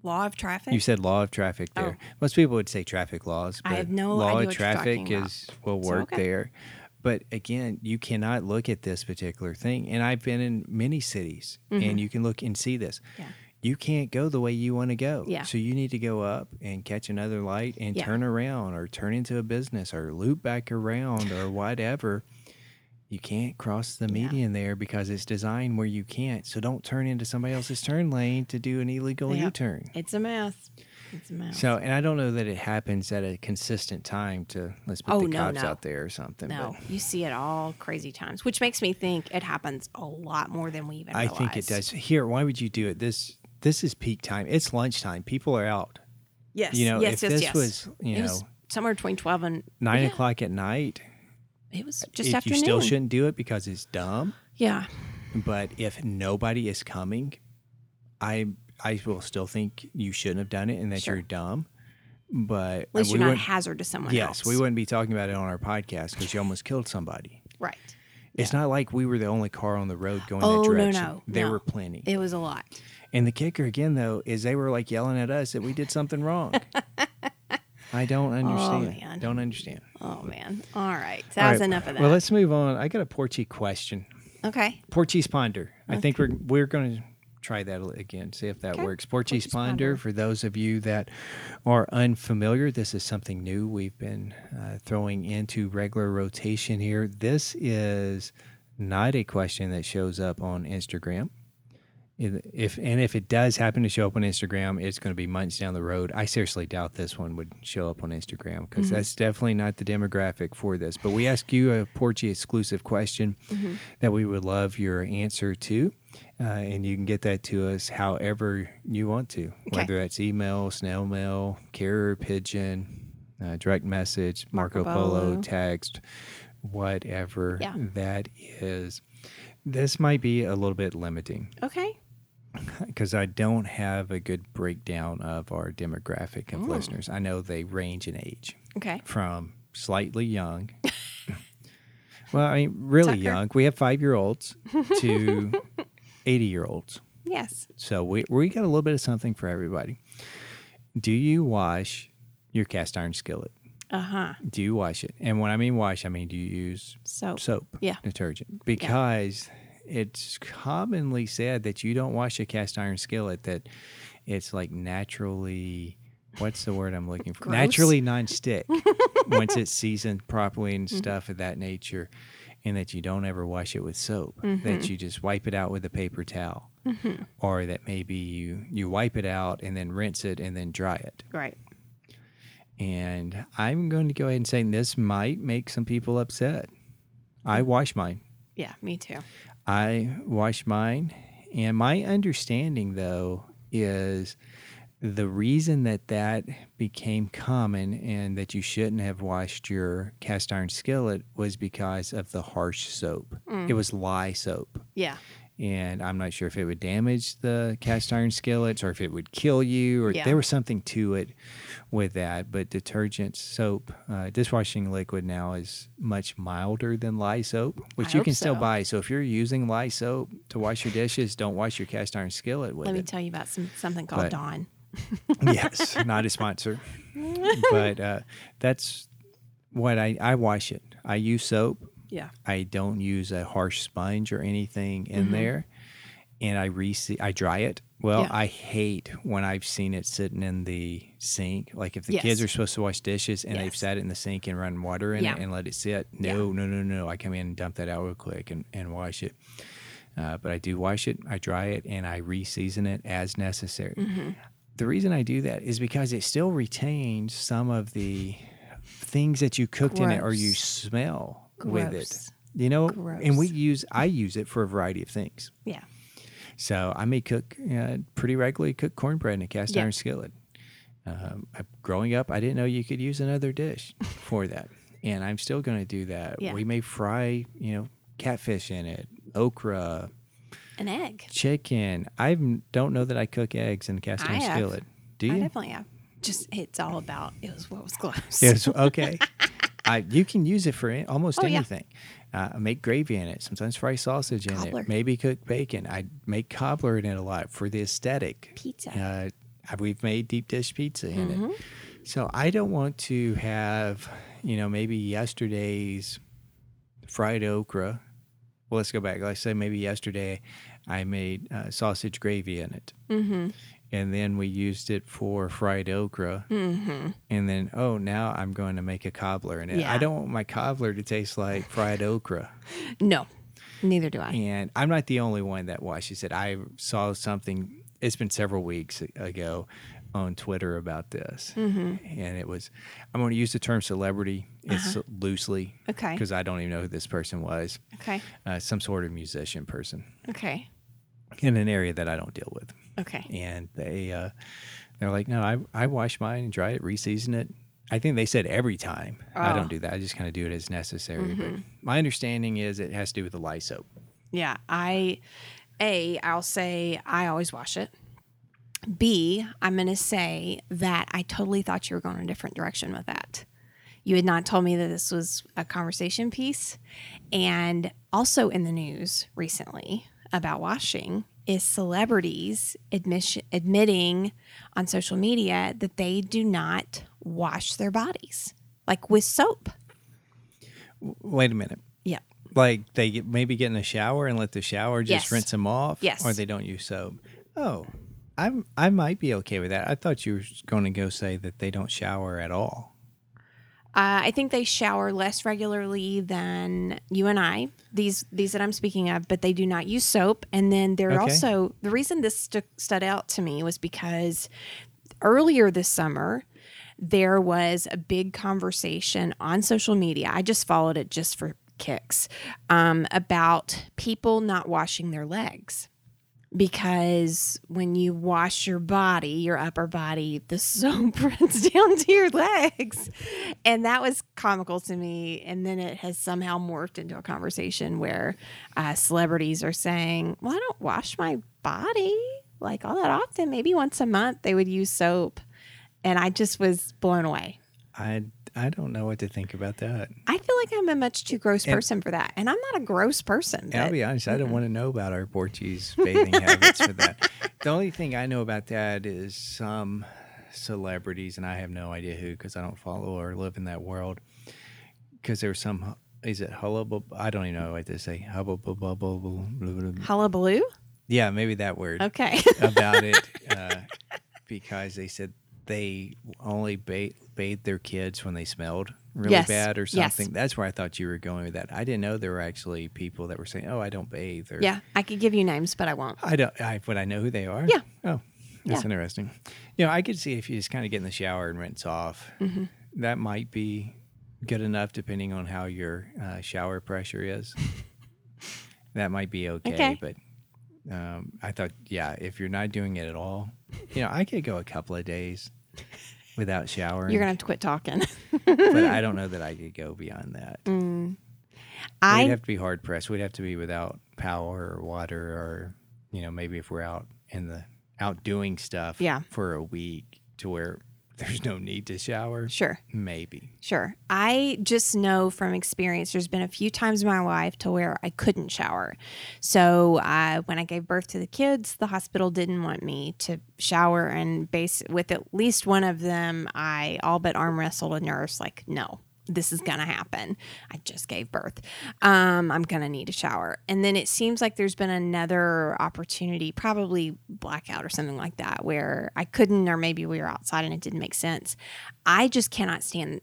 Speaker 2: law of traffic Oh.
Speaker 1: You said law of traffic there. Most people would say traffic laws,
Speaker 2: I
Speaker 1: but
Speaker 2: have no
Speaker 1: law
Speaker 2: idea
Speaker 1: of
Speaker 2: what you're
Speaker 1: traffic
Speaker 2: talking about.
Speaker 1: is will
Speaker 2: So,
Speaker 1: work
Speaker 2: okay.
Speaker 1: there. But again, you cannot look at this particular thing. And I've been in many cities, and you can look and see this.
Speaker 2: Mm-hmm. Yeah.
Speaker 1: you can't go the way you want to go.
Speaker 2: Yeah.
Speaker 1: So you need to go up and catch another light and
Speaker 2: Yeah.
Speaker 1: turn around or turn into a business or loop back around or whatever. You can't cross the
Speaker 2: Yeah.
Speaker 1: median there because it's designed where you can't. So don't turn into somebody else's turn lane to do an illegal
Speaker 2: Yeah.
Speaker 1: U turn.
Speaker 2: It's a mess. It's a mess.
Speaker 1: So, and I don't know that it happens at a consistent time to let's put
Speaker 2: Oh,
Speaker 1: the
Speaker 2: no,
Speaker 1: cops
Speaker 2: no.
Speaker 1: out there or something.
Speaker 2: no,
Speaker 1: but
Speaker 2: you see it all crazy times, which makes me think it happens a lot more than we even.
Speaker 1: I think it
Speaker 2: realize.
Speaker 1: does. Here, why would you do it? This this is peak time. It's lunchtime. People are out.
Speaker 2: Yes.
Speaker 1: You know,
Speaker 2: yes.
Speaker 1: if
Speaker 2: yes.
Speaker 1: this
Speaker 2: yes.
Speaker 1: was you
Speaker 2: it
Speaker 1: know
Speaker 2: was somewhere between twelve and
Speaker 1: nine
Speaker 2: yeah,
Speaker 1: o'clock at night,
Speaker 2: It was just
Speaker 1: it-
Speaker 2: afternoon.
Speaker 1: you still shouldn't do it because it's dumb.
Speaker 2: Yeah.
Speaker 1: But if nobody is coming, I I will still think you shouldn't have done it and that
Speaker 2: Sure.
Speaker 1: you're dumb. But
Speaker 2: At least
Speaker 1: Uh, we
Speaker 2: you're not a
Speaker 1: wouldn't-
Speaker 2: hazard to someone
Speaker 1: yes,
Speaker 2: else.
Speaker 1: we wouldn't be talking about it on our podcast because you almost killed somebody.
Speaker 2: Right.
Speaker 1: It's not like we were the only car on the road going
Speaker 2: Oh,
Speaker 1: that
Speaker 2: no,
Speaker 1: direction.
Speaker 2: no,
Speaker 1: there
Speaker 2: no.
Speaker 1: were plenty.
Speaker 2: It was a lot.
Speaker 1: and the kicker again though is they were like yelling at us that we did something wrong. I don't understand.
Speaker 2: Oh, man.
Speaker 1: Don't understand.
Speaker 2: Oh man. All right.
Speaker 1: All
Speaker 2: That was
Speaker 1: right,
Speaker 2: enough of that.
Speaker 1: Well, let's move on. I got a Porchy question.
Speaker 2: okay.
Speaker 1: Porchy's ponder. I think we're we're going to try that again. See if that
Speaker 2: Okay.
Speaker 1: works. Porchy's
Speaker 2: Porchy's
Speaker 1: ponder.
Speaker 2: Ponder.
Speaker 1: For those of you that are unfamiliar, this is something new we've been uh, throwing into regular rotation here. This is not a question that shows up on Instagram. If if- and if it does happen to show up on Instagram, it's going to be months down the road. I seriously doubt this one would show up on Instagram because
Speaker 2: Mm-hmm.
Speaker 1: that's definitely not the demographic for this. But we ask you a Porchy exclusive question
Speaker 2: Mm-hmm.
Speaker 1: that we would love your answer to, uh, and you can get that to us however you want to, whether that's email, snail mail, carrier pigeon, uh, direct message, Marco,
Speaker 2: Marco
Speaker 1: Polo,
Speaker 2: Polo.
Speaker 1: text, whatever
Speaker 2: Yeah.
Speaker 1: that is. This might be a little bit limiting
Speaker 2: Okay.
Speaker 1: because I don't have a good breakdown of our demographic of listeners. I know they range in age
Speaker 2: Okay.
Speaker 1: from slightly young. well, I mean, really
Speaker 2: Tucker.
Speaker 1: young. We have five year olds to 80 year olds.
Speaker 2: Yes.
Speaker 1: So we, we got a little bit of something for everybody. Do you wash your cast iron skillet?
Speaker 2: Uh huh.
Speaker 1: Do you wash it? And when I mean wash, I mean, do you use
Speaker 2: So
Speaker 1: soap,
Speaker 2: Yeah.
Speaker 1: detergent, because it's commonly said that you don't wash a cast iron skillet that it's like naturally. What's the word I'm looking for?
Speaker 2: Gross?
Speaker 1: Naturally nonstick once it's seasoned properly
Speaker 2: Mm-hmm.
Speaker 1: and stuff of that nature, and that you don't ever wash it with soap. That
Speaker 2: Mm-hmm.
Speaker 1: you just wipe it out with a paper towel, or that maybe you you wipe it out and then rinse it and then dry it.
Speaker 2: right.
Speaker 1: And I'm going to go ahead and say this might make some people upset.
Speaker 2: Mm.
Speaker 1: I wash mine.
Speaker 2: Yeah. Me too.
Speaker 1: I wash mine. And my understanding, though, is the reason that that became common and that you shouldn't have washed your cast iron skillet was because of the harsh soap. It was lye soap.
Speaker 2: Yeah.
Speaker 1: And I'm not sure if it would damage the cast iron skillets or if it would kill you or
Speaker 2: Yeah.
Speaker 1: there was something to it with that. But detergent, soap, uh, dishwashing liquid now is much milder than lye soap, which
Speaker 2: I
Speaker 1: you
Speaker 2: hope
Speaker 1: can still
Speaker 2: so.
Speaker 1: buy. So if you're using lye soap to wash your dishes, don't wash your cast iron skillet with
Speaker 2: Let me
Speaker 1: it.
Speaker 2: tell you about some something called
Speaker 1: But-
Speaker 2: Dawn.
Speaker 1: yes, not a sponsor, but uh, that's what I, I wash it. I use soap.
Speaker 2: Yeah.
Speaker 1: I don't use a harsh sponge or anything in there, and I re I dry it. Well,
Speaker 2: Mm-hmm. Yeah.
Speaker 1: I hate when I've seen it sitting in the sink. Like if the kids
Speaker 2: Yes.
Speaker 1: are supposed to wash dishes and they've
Speaker 2: Yes.
Speaker 1: sat it in the sink and run water in
Speaker 2: Yeah.
Speaker 1: it and let it sit. No,
Speaker 2: Yeah.
Speaker 1: no, no, no. I come in and dump that out real quick and, and wash it. Uh, but I do wash it, I dry it, and I re-season it as necessary.
Speaker 2: Mm-hmm.
Speaker 1: The reason I do that is because it still retains some of the things that you cooked in it or you
Speaker 2: Gross.
Speaker 1: smell with it.
Speaker 2: Gross.
Speaker 1: You know, and we
Speaker 2: Gross.
Speaker 1: use I use it for a variety of things.
Speaker 2: Yeah.
Speaker 1: So I may cook uh, pretty regularly cook cornbread in a cast
Speaker 2: Yeah.
Speaker 1: iron skillet. Um, I, growing up, I didn't know you could use another dish for that, and I'm still going to do that.
Speaker 2: Yeah.
Speaker 1: We may fry, you know, catfish in it, okra,
Speaker 2: An egg.
Speaker 1: chicken. I don't know that I cook eggs in a cast
Speaker 2: I
Speaker 1: iron
Speaker 2: have.
Speaker 1: skillet. Do
Speaker 2: I
Speaker 1: you?
Speaker 2: definitely have. Just it's all about it was what was close.
Speaker 1: Yes. Okay. I, you can use it for an- almost
Speaker 2: Oh, yeah.
Speaker 1: anything. Uh, make gravy in it. Sometimes fry sausage in
Speaker 2: Cobbler.
Speaker 1: it. Maybe cook bacon. I make cobbler in it a lot for the aesthetic.
Speaker 2: Pizza.
Speaker 1: Uh, I- we've made deep dish pizza in
Speaker 2: Mm-hmm.
Speaker 1: it. So I don't want to have, you know, maybe yesterday's fried okra well, let's go back. Like I said, maybe yesterday I made uh, sausage gravy in it.
Speaker 2: Mm-hmm.
Speaker 1: And then we used it for fried okra.
Speaker 2: Mm-hmm.
Speaker 1: And then, oh, now I'm going to make a cobbler in it.
Speaker 2: Yeah.
Speaker 1: I don't want my cobbler to taste like fried okra.
Speaker 2: No, neither do I.
Speaker 1: And I'm not the only one that watches it. I saw something, it's been several weeks ago on Twitter about this.
Speaker 2: Mm-hmm.
Speaker 1: And it was, I'm going to use the term celebrity it's loosely
Speaker 2: Uh-huh. Okay.
Speaker 1: because I don't even know who this person was.
Speaker 2: Okay.
Speaker 1: Uh, some sort of musician person
Speaker 2: Okay.
Speaker 1: in an area that I don't deal with.
Speaker 2: Okay.
Speaker 1: And they, uh, they're like, no, I, I wash mine and dry it, reseason it. I think they said every time. I
Speaker 2: Oh. Mm-hmm.
Speaker 1: don't do that. I just kind of do it as necessary. But my understanding is it has to do with the lysope.
Speaker 2: Yeah. I, A, I'll say I always wash it. B, I'm going to say that I totally thought you were going a different direction with that. You had not told me that this was a conversation piece. And also in the news recently about washing is celebrities admission, admitting on social media that they do not wash their bodies, like with soap.
Speaker 1: Wait a minute.
Speaker 2: Yeah.
Speaker 1: like they get, maybe get in a shower and let the shower just
Speaker 2: Yes.
Speaker 1: rinse them off
Speaker 2: Yes.
Speaker 1: or they don't use soap oh i'm i might be okay with that i thought you were going to go say that they don't shower at all
Speaker 2: Uh, I think they shower less regularly than you and I. These these that I'm speaking of, but they do not use soap. And then they're
Speaker 1: Okay.
Speaker 2: also the reason this stu stood out to me was because earlier this summer there was a big conversation on social media. I just followed it just for kicks um, about people not washing their legs because when you wash your body, your upper body, the soap runs down to your legs. And that was comical to me. And then it has somehow morphed into a conversation where uh, celebrities are saying, Well, I don't wash my body like all that often. Maybe once a month they would use soap. And I just was blown away.
Speaker 1: i i don't know what to think about that
Speaker 2: I feel like I'm a much too gross person for that. And I'm not a gross person.
Speaker 1: And i'll
Speaker 2: but-
Speaker 1: be honest i don't want to know about our portuguese bathing habits for that the only thing i know about that is some celebrities and i have no idea who because i don't follow or live in that world because there was some is it hubbub i don't even know what to say hubbub bubble bubble
Speaker 2: Hullabaloo?
Speaker 1: Yeah, maybe that word
Speaker 2: Okay.
Speaker 1: about it uh, because they said they only ba- bathed their kids when they smelled really
Speaker 2: Yes,
Speaker 1: bad or
Speaker 2: yes.
Speaker 1: something. That's where I thought you were going with that. I didn't know there were actually people that were saying, "Oh, I don't bathe." Or,
Speaker 2: yeah. I could give you names, but I won't.
Speaker 1: I don't. I, would I know who they are?
Speaker 2: Yeah.
Speaker 1: Oh, that's
Speaker 2: Yeah.
Speaker 1: interesting. You know, I could see if you just kind of get in the shower and rinse off,
Speaker 2: Mm-hmm.
Speaker 1: that might be good enough, depending on how your uh, shower pressure is. that might be okay,
Speaker 2: Okay.
Speaker 1: but um, I thought, yeah, if you're not doing it at all, you know, I could go a couple of days without showering,
Speaker 2: You're going to have to quit talking.
Speaker 1: but I don't know that I could go beyond that.
Speaker 2: I
Speaker 1: We'd have to be hard pressed. We'd have to be without power or water, or you know, maybe if we're out in the out doing stuff,
Speaker 2: Yeah.
Speaker 1: for a week to where there's no need to shower.
Speaker 2: sure,
Speaker 1: Maybe
Speaker 2: sure. I just know from experience. There's been a few times in my life to where I couldn't shower. So uh, when I gave birth to the kids, the hospital didn't want me to shower, and base with at least one of them, I all but arm wrestled a nurse. Like, no. This is gonna happen. I just gave birth. Um, I'm gonna need a shower. And then it seems like there's been another opportunity, probably blackout or something like that, where I couldn't, or maybe we were outside and it didn't make sense. I just cannot stand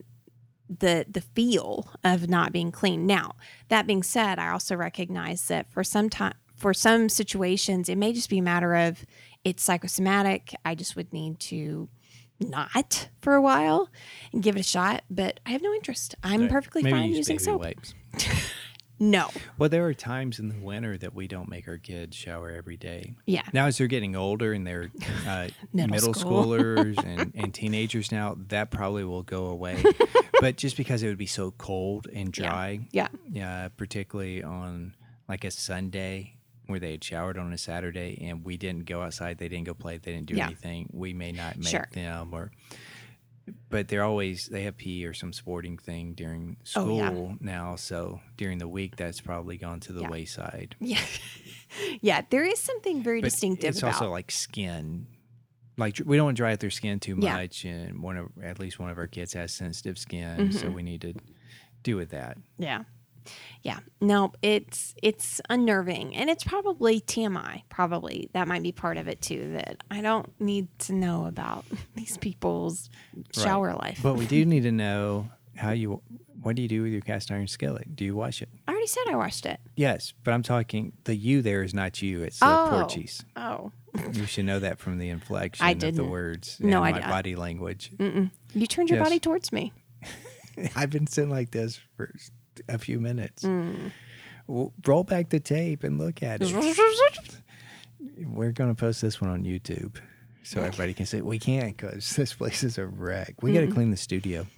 Speaker 2: the the feel of not being clean. Now, that being said, I also recognize that for some time for some situations it may just be a matter of it's psychosomatic. I just would need to not for a while and give it a shot, but I have no interest. I'm perfectly
Speaker 1: maybe
Speaker 2: fine
Speaker 1: use
Speaker 2: using
Speaker 1: baby
Speaker 2: soap.
Speaker 1: wipes.
Speaker 2: No.
Speaker 1: Well, there are times in the winter that we don't make our kids shower every day.
Speaker 2: Yeah.
Speaker 1: Now, as they're getting older and they're uh, middle,
Speaker 2: Middle school.
Speaker 1: schoolers and, and teenagers now, that probably will go away. but just because it would be so cold and dry,
Speaker 2: Yeah.
Speaker 1: Yeah, particularly on like a Sunday where they had showered on a Saturday and we didn't go outside, they didn't go play, they didn't do
Speaker 2: Yeah.
Speaker 1: anything. We may not make
Speaker 2: Sure.
Speaker 1: them or but they're always they have PE or some sporting thing during
Speaker 2: Oh,
Speaker 1: school
Speaker 2: yeah.
Speaker 1: now, so during the week that's probably gone to the
Speaker 2: Yeah.
Speaker 1: wayside.
Speaker 2: Yeah. yeah. There is something very
Speaker 1: But
Speaker 2: distinctive
Speaker 1: It's
Speaker 2: about
Speaker 1: also like skin. Like we don't want to dry out their skin too
Speaker 2: Yeah.
Speaker 1: much and
Speaker 2: Mm-hmm.
Speaker 1: one of at least one of our kids has sensitive skin, so we need to do with that.
Speaker 2: Yeah. yeah no it's it's unnerving and it's probably tmi probably that might be part of it too that i don't need to know about these people's shower life
Speaker 1: But we do need to know how you. What do you do with your cast iron skillet? Do you wash it?
Speaker 2: i already said i watched it
Speaker 1: Yes, but I'm talking the you there is not you. It's uh, Portuguese.
Speaker 2: oh
Speaker 1: You should know that from the inflection
Speaker 2: I
Speaker 1: of the
Speaker 2: didn't.
Speaker 1: words
Speaker 2: No,
Speaker 1: and my
Speaker 2: I Mm. d- I-
Speaker 1: body language.
Speaker 2: you turned your
Speaker 1: Yes.
Speaker 2: body towards me
Speaker 1: I've been sitting like this for a few minutes.
Speaker 2: Mm.
Speaker 1: W- Roll back the tape and look at it. We're going to post this one on YouTube so everybody can see. We can't because this place is a wreck. We got to clean the studio.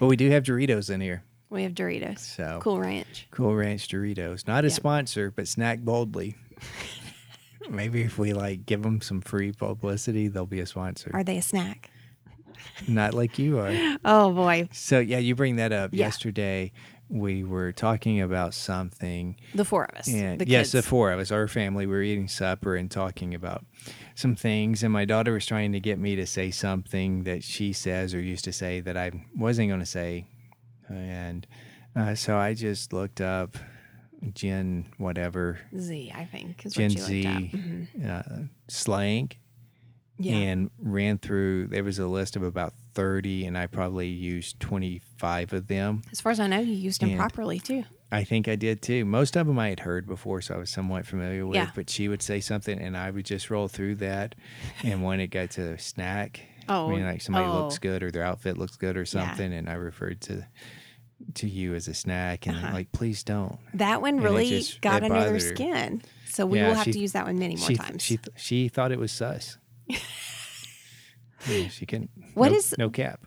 Speaker 1: But we do have Doritos in here.
Speaker 2: we have doritos
Speaker 1: So-
Speaker 2: cool ranch
Speaker 1: Cool Ranch Doritos. Not a sponsor, but snack boldly. Maybe if we like give them some free publicity, they'll be a sponsor.
Speaker 2: are they a snack
Speaker 1: Not like you are.
Speaker 2: oh boy
Speaker 1: So yeah, you bring that up.
Speaker 2: Yeah.
Speaker 1: Yesterday we were talking about something.
Speaker 2: the four of us
Speaker 1: And
Speaker 2: the
Speaker 1: yes,
Speaker 2: kids.
Speaker 1: the four of us, our family, we were eating supper and talking about some things. And my daughter was trying to get me to say something that she says or used to say that I wasn't going to say. And uh, so I just looked up Gen whatever,
Speaker 2: z i think is
Speaker 1: Gen
Speaker 2: what you looked
Speaker 1: Z
Speaker 2: up. Mm-hmm.
Speaker 1: uh, slang
Speaker 2: yeah
Speaker 1: and ran through. There was a list of about 30, and I probably used 25 of them.
Speaker 2: as far as i know you used them
Speaker 1: and-
Speaker 2: properly too
Speaker 1: I think I did too. Most of them I had heard before, so I was somewhat familiar with.
Speaker 2: Yeah.
Speaker 1: But she would say something, and I would just roll through that. And when it got to snack, I mean,
Speaker 2: Oh,
Speaker 1: like somebody looks
Speaker 2: oh.
Speaker 1: good or their outfit looks good or something, and I referred to to you as a snack,
Speaker 2: Uh-huh.
Speaker 1: and I'm like, please don't.
Speaker 2: That one
Speaker 1: it
Speaker 2: really
Speaker 1: just-
Speaker 2: got
Speaker 1: it
Speaker 2: under their
Speaker 1: bothered her.
Speaker 2: skin. So we
Speaker 1: Yeah,
Speaker 2: will have
Speaker 1: she-
Speaker 2: to use that one many more
Speaker 1: she
Speaker 2: times.
Speaker 1: she she thought it was sus. Yeah, she couldn't.
Speaker 2: What
Speaker 1: What is
Speaker 2: is-
Speaker 1: no cap?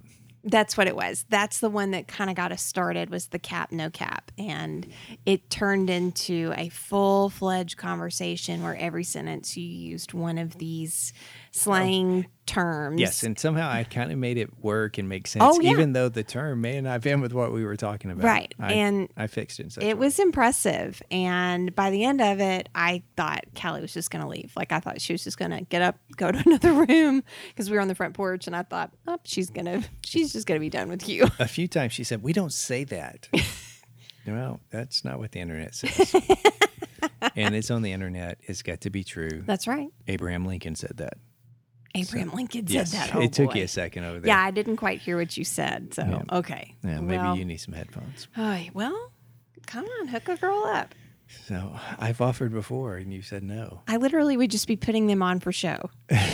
Speaker 2: That's what it was. That's the one that kind of got us started was the cap no cap and it turned into a full-fledged conversation where every sentence you used one of these slang terms.
Speaker 1: Yes, and somehow I kind of made it work and make sense,
Speaker 2: Oh, yeah.
Speaker 1: even though the term may not fit with what we were talking about.
Speaker 2: Right,
Speaker 1: I,
Speaker 2: and
Speaker 1: I fixed it. In such a
Speaker 2: It
Speaker 1: way.
Speaker 2: was impressive. And by the end of it, I thought Callie was just going to leave. Like, I thought she was just going to get up, go to another room because we were on the front porch. And I thought, oh, she's going to, she's just going to be done with you.
Speaker 1: a few times she said, "We don't say that." no, that's not what the internet says. and it's on the internet. It's got to be true.
Speaker 2: That's right.
Speaker 1: Abraham Lincoln said that.
Speaker 2: Abraham Lincoln said
Speaker 1: Yes,
Speaker 2: that. Oh,
Speaker 1: it took
Speaker 2: boy.
Speaker 1: you a second over there.
Speaker 2: Yeah, I didn't quite hear what you said. So, okay.
Speaker 1: Yeah, maybe
Speaker 2: well,
Speaker 1: you need some headphones.
Speaker 2: ay, well, come on, hook a girl up.
Speaker 1: So I've offered before, and you said no.
Speaker 2: I literally would just be putting them on for show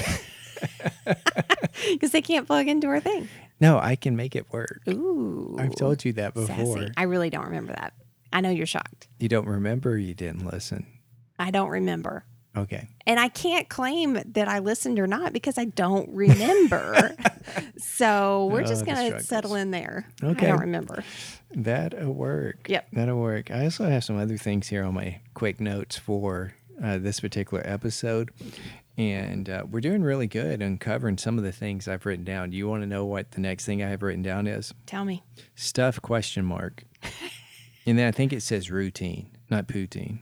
Speaker 2: because they can't plug into our thing.
Speaker 1: No, I can make it work.
Speaker 2: Ooh.
Speaker 1: I've told you that before.
Speaker 2: Sassy. I really don't remember that. I know you're shocked.
Speaker 1: You don't remember? or You didn't listen.
Speaker 2: I don't remember.
Speaker 1: Okay.
Speaker 2: And I can't claim that I listened or not because I don't remember. so we're just
Speaker 1: Oh, the
Speaker 2: going to
Speaker 1: struggles.
Speaker 2: settle in there.
Speaker 1: Okay.
Speaker 2: I don't remember.
Speaker 1: That'll work.
Speaker 2: Yep.
Speaker 1: That'll work. I also have some other things here on my quick notes for uh, this particular episode. And uh, we're doing really good uncovering some of the things I've written down. Do you want to know what the next thing I have written down is?
Speaker 2: Tell me.
Speaker 1: Stuff question mark. and then I think it says routine, not poutine.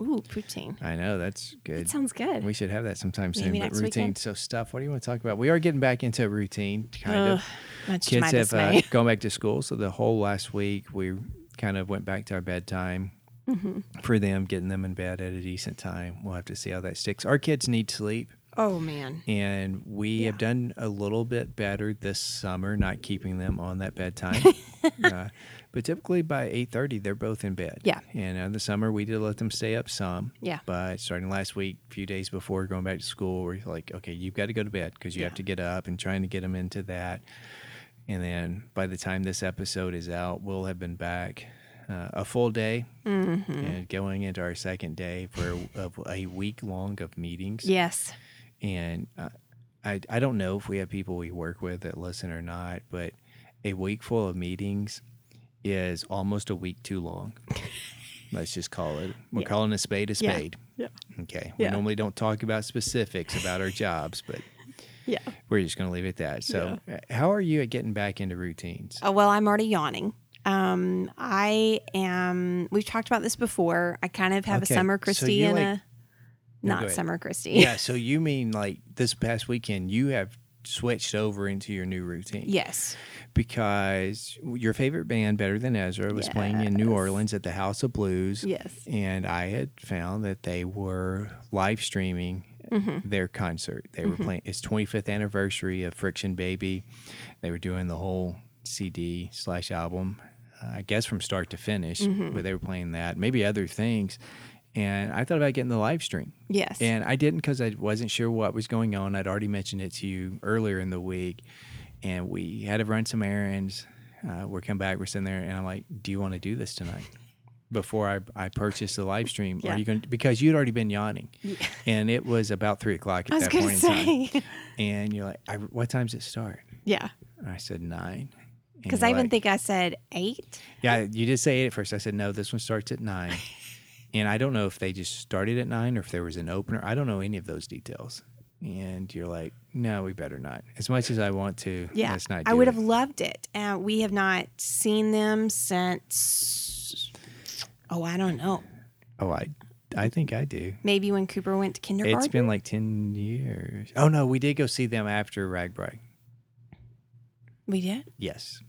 Speaker 2: Ooh, poutine.
Speaker 1: I know that's good.
Speaker 2: That sounds good.
Speaker 1: we should have that sometime soon.
Speaker 2: Maybe
Speaker 1: but
Speaker 2: next
Speaker 1: routine.
Speaker 2: weekend.
Speaker 1: So stuff. What do you want to talk about? We are getting back into routine, kind of
Speaker 2: Much to my
Speaker 1: kids have uh,
Speaker 2: dismay.
Speaker 1: gone back to school so the whole last week we kind of went back to our bedtime
Speaker 2: Mm-hmm.
Speaker 1: for them getting them in bed at a decent time we'll have to see how that sticks our kids need sleep
Speaker 2: oh, man.
Speaker 1: and we have done a little bit better this summer not keeping them on that bedtime uh, but typically by 8.30 they're both in bed
Speaker 2: Yeah.
Speaker 1: and uh, the summer we did let them stay up some
Speaker 2: Yeah.
Speaker 1: but starting last week a few days before going back to school we're like okay you've got to go to bed because you have to get up and trying to get them into that and then by the time this episode is out we'll have been back uh, a full day
Speaker 2: Mm-hmm.
Speaker 1: and going into our second day for a, a week long of meetings
Speaker 2: Yes.
Speaker 1: and uh, I I don't know if we have people we work with that listen or not, but a week full of meetings is almost a week too long. Let's just call it. We're calling a spade a
Speaker 2: Yeah.
Speaker 1: spade.
Speaker 2: Yeah.
Speaker 1: Okay.
Speaker 2: Yeah.
Speaker 1: We normally don't talk about specifics about our jobs, but
Speaker 2: Yeah.
Speaker 1: we're just going to leave it at that. So, uh, how are you at getting back into routines?
Speaker 2: Oh, well, I'm already yawning. Um, I am. We've talked about this before. I kind of have
Speaker 1: Okay,
Speaker 2: a summer
Speaker 1: so
Speaker 2: Christie
Speaker 1: you
Speaker 2: and
Speaker 1: like-
Speaker 2: a
Speaker 1: No, go
Speaker 2: not
Speaker 1: ahead.
Speaker 2: summer Christie.
Speaker 1: Yeah. So you mean like this past weekend you have switched over into your new routine.
Speaker 2: Yes.
Speaker 1: Because your favorite band, Better Than Ezra, was playing in New
Speaker 2: Yes.
Speaker 1: Orleans at the House of Blues.
Speaker 2: Yes.
Speaker 1: And I had found that they were live streaming their concert. They were playing its 25th anniversary of Friction Baby. They were doing the whole CD slash album, uh, I guess from start to finish, but they were playing that, maybe other things. And I thought about getting the live stream.
Speaker 2: Yes.
Speaker 1: And I didn't because I wasn't sure what was going on. I'd already mentioned it to you earlier in the week, and we had to run some errands. Uh, we're coming back, we're sitting there, and I'm like, "Do you want to do this tonight?" Before I, I purchased the live stream,
Speaker 2: Yeah.
Speaker 1: are you going to because you'd already been yawning, and it was about three o'clock at
Speaker 2: I was
Speaker 1: that point
Speaker 2: gonna
Speaker 1: in time.
Speaker 2: say.
Speaker 1: And you're like, I, "What time does it start?"
Speaker 2: yeah.
Speaker 1: And I said nine. And
Speaker 2: Because
Speaker 1: you're
Speaker 2: I even
Speaker 1: like-
Speaker 2: think I said eight.
Speaker 1: yeah, you did say it at first. I said, no, this one starts at nine. and I don't know if they just started at nine or if there was an opener. I don't know any of those details. And you're like, no, we better not. As much as I want to,
Speaker 2: Yeah.
Speaker 1: let's not do
Speaker 2: I would
Speaker 1: it.
Speaker 2: have loved it. Uh, we have not seen them since, oh, I don't know.
Speaker 1: Oh, I, I think I do.
Speaker 2: Maybe when Cooper went to kindergarten.
Speaker 1: It's been like 10 years. Oh, no, we did go see them after Ragbrai.
Speaker 2: we did?
Speaker 1: Yes.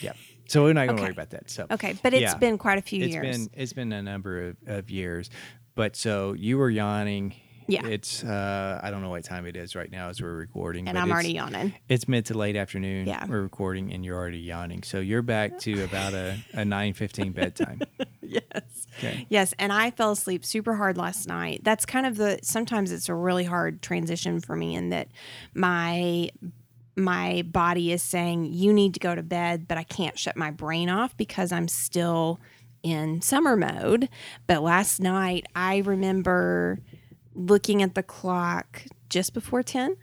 Speaker 1: yeah. So we're not going to worry
Speaker 2: Okay.
Speaker 1: about that. So
Speaker 2: Okay. But it's
Speaker 1: Yeah.
Speaker 2: been quite a few
Speaker 1: It's
Speaker 2: years.
Speaker 1: been it's been a number of, of years but so you were yawning
Speaker 2: Yeah.
Speaker 1: it's uh i don't know what time it is right now as we're recording
Speaker 2: and
Speaker 1: but
Speaker 2: I'm
Speaker 1: it's,
Speaker 2: already yawning.
Speaker 1: it's mid to late afternoon
Speaker 2: Yeah.
Speaker 1: we're recording and you're already yawning so you're back to about a, a 9 bedtime
Speaker 2: Yes.
Speaker 1: okay
Speaker 2: Yes, and I fell asleep super hard last night. That's kind of the sometimes it's a really hard transition for me in that my my body is saying you need to go to bed, but I can't shut my brain off because I'm still in summer mode. But last night I remember looking at the clock just before 10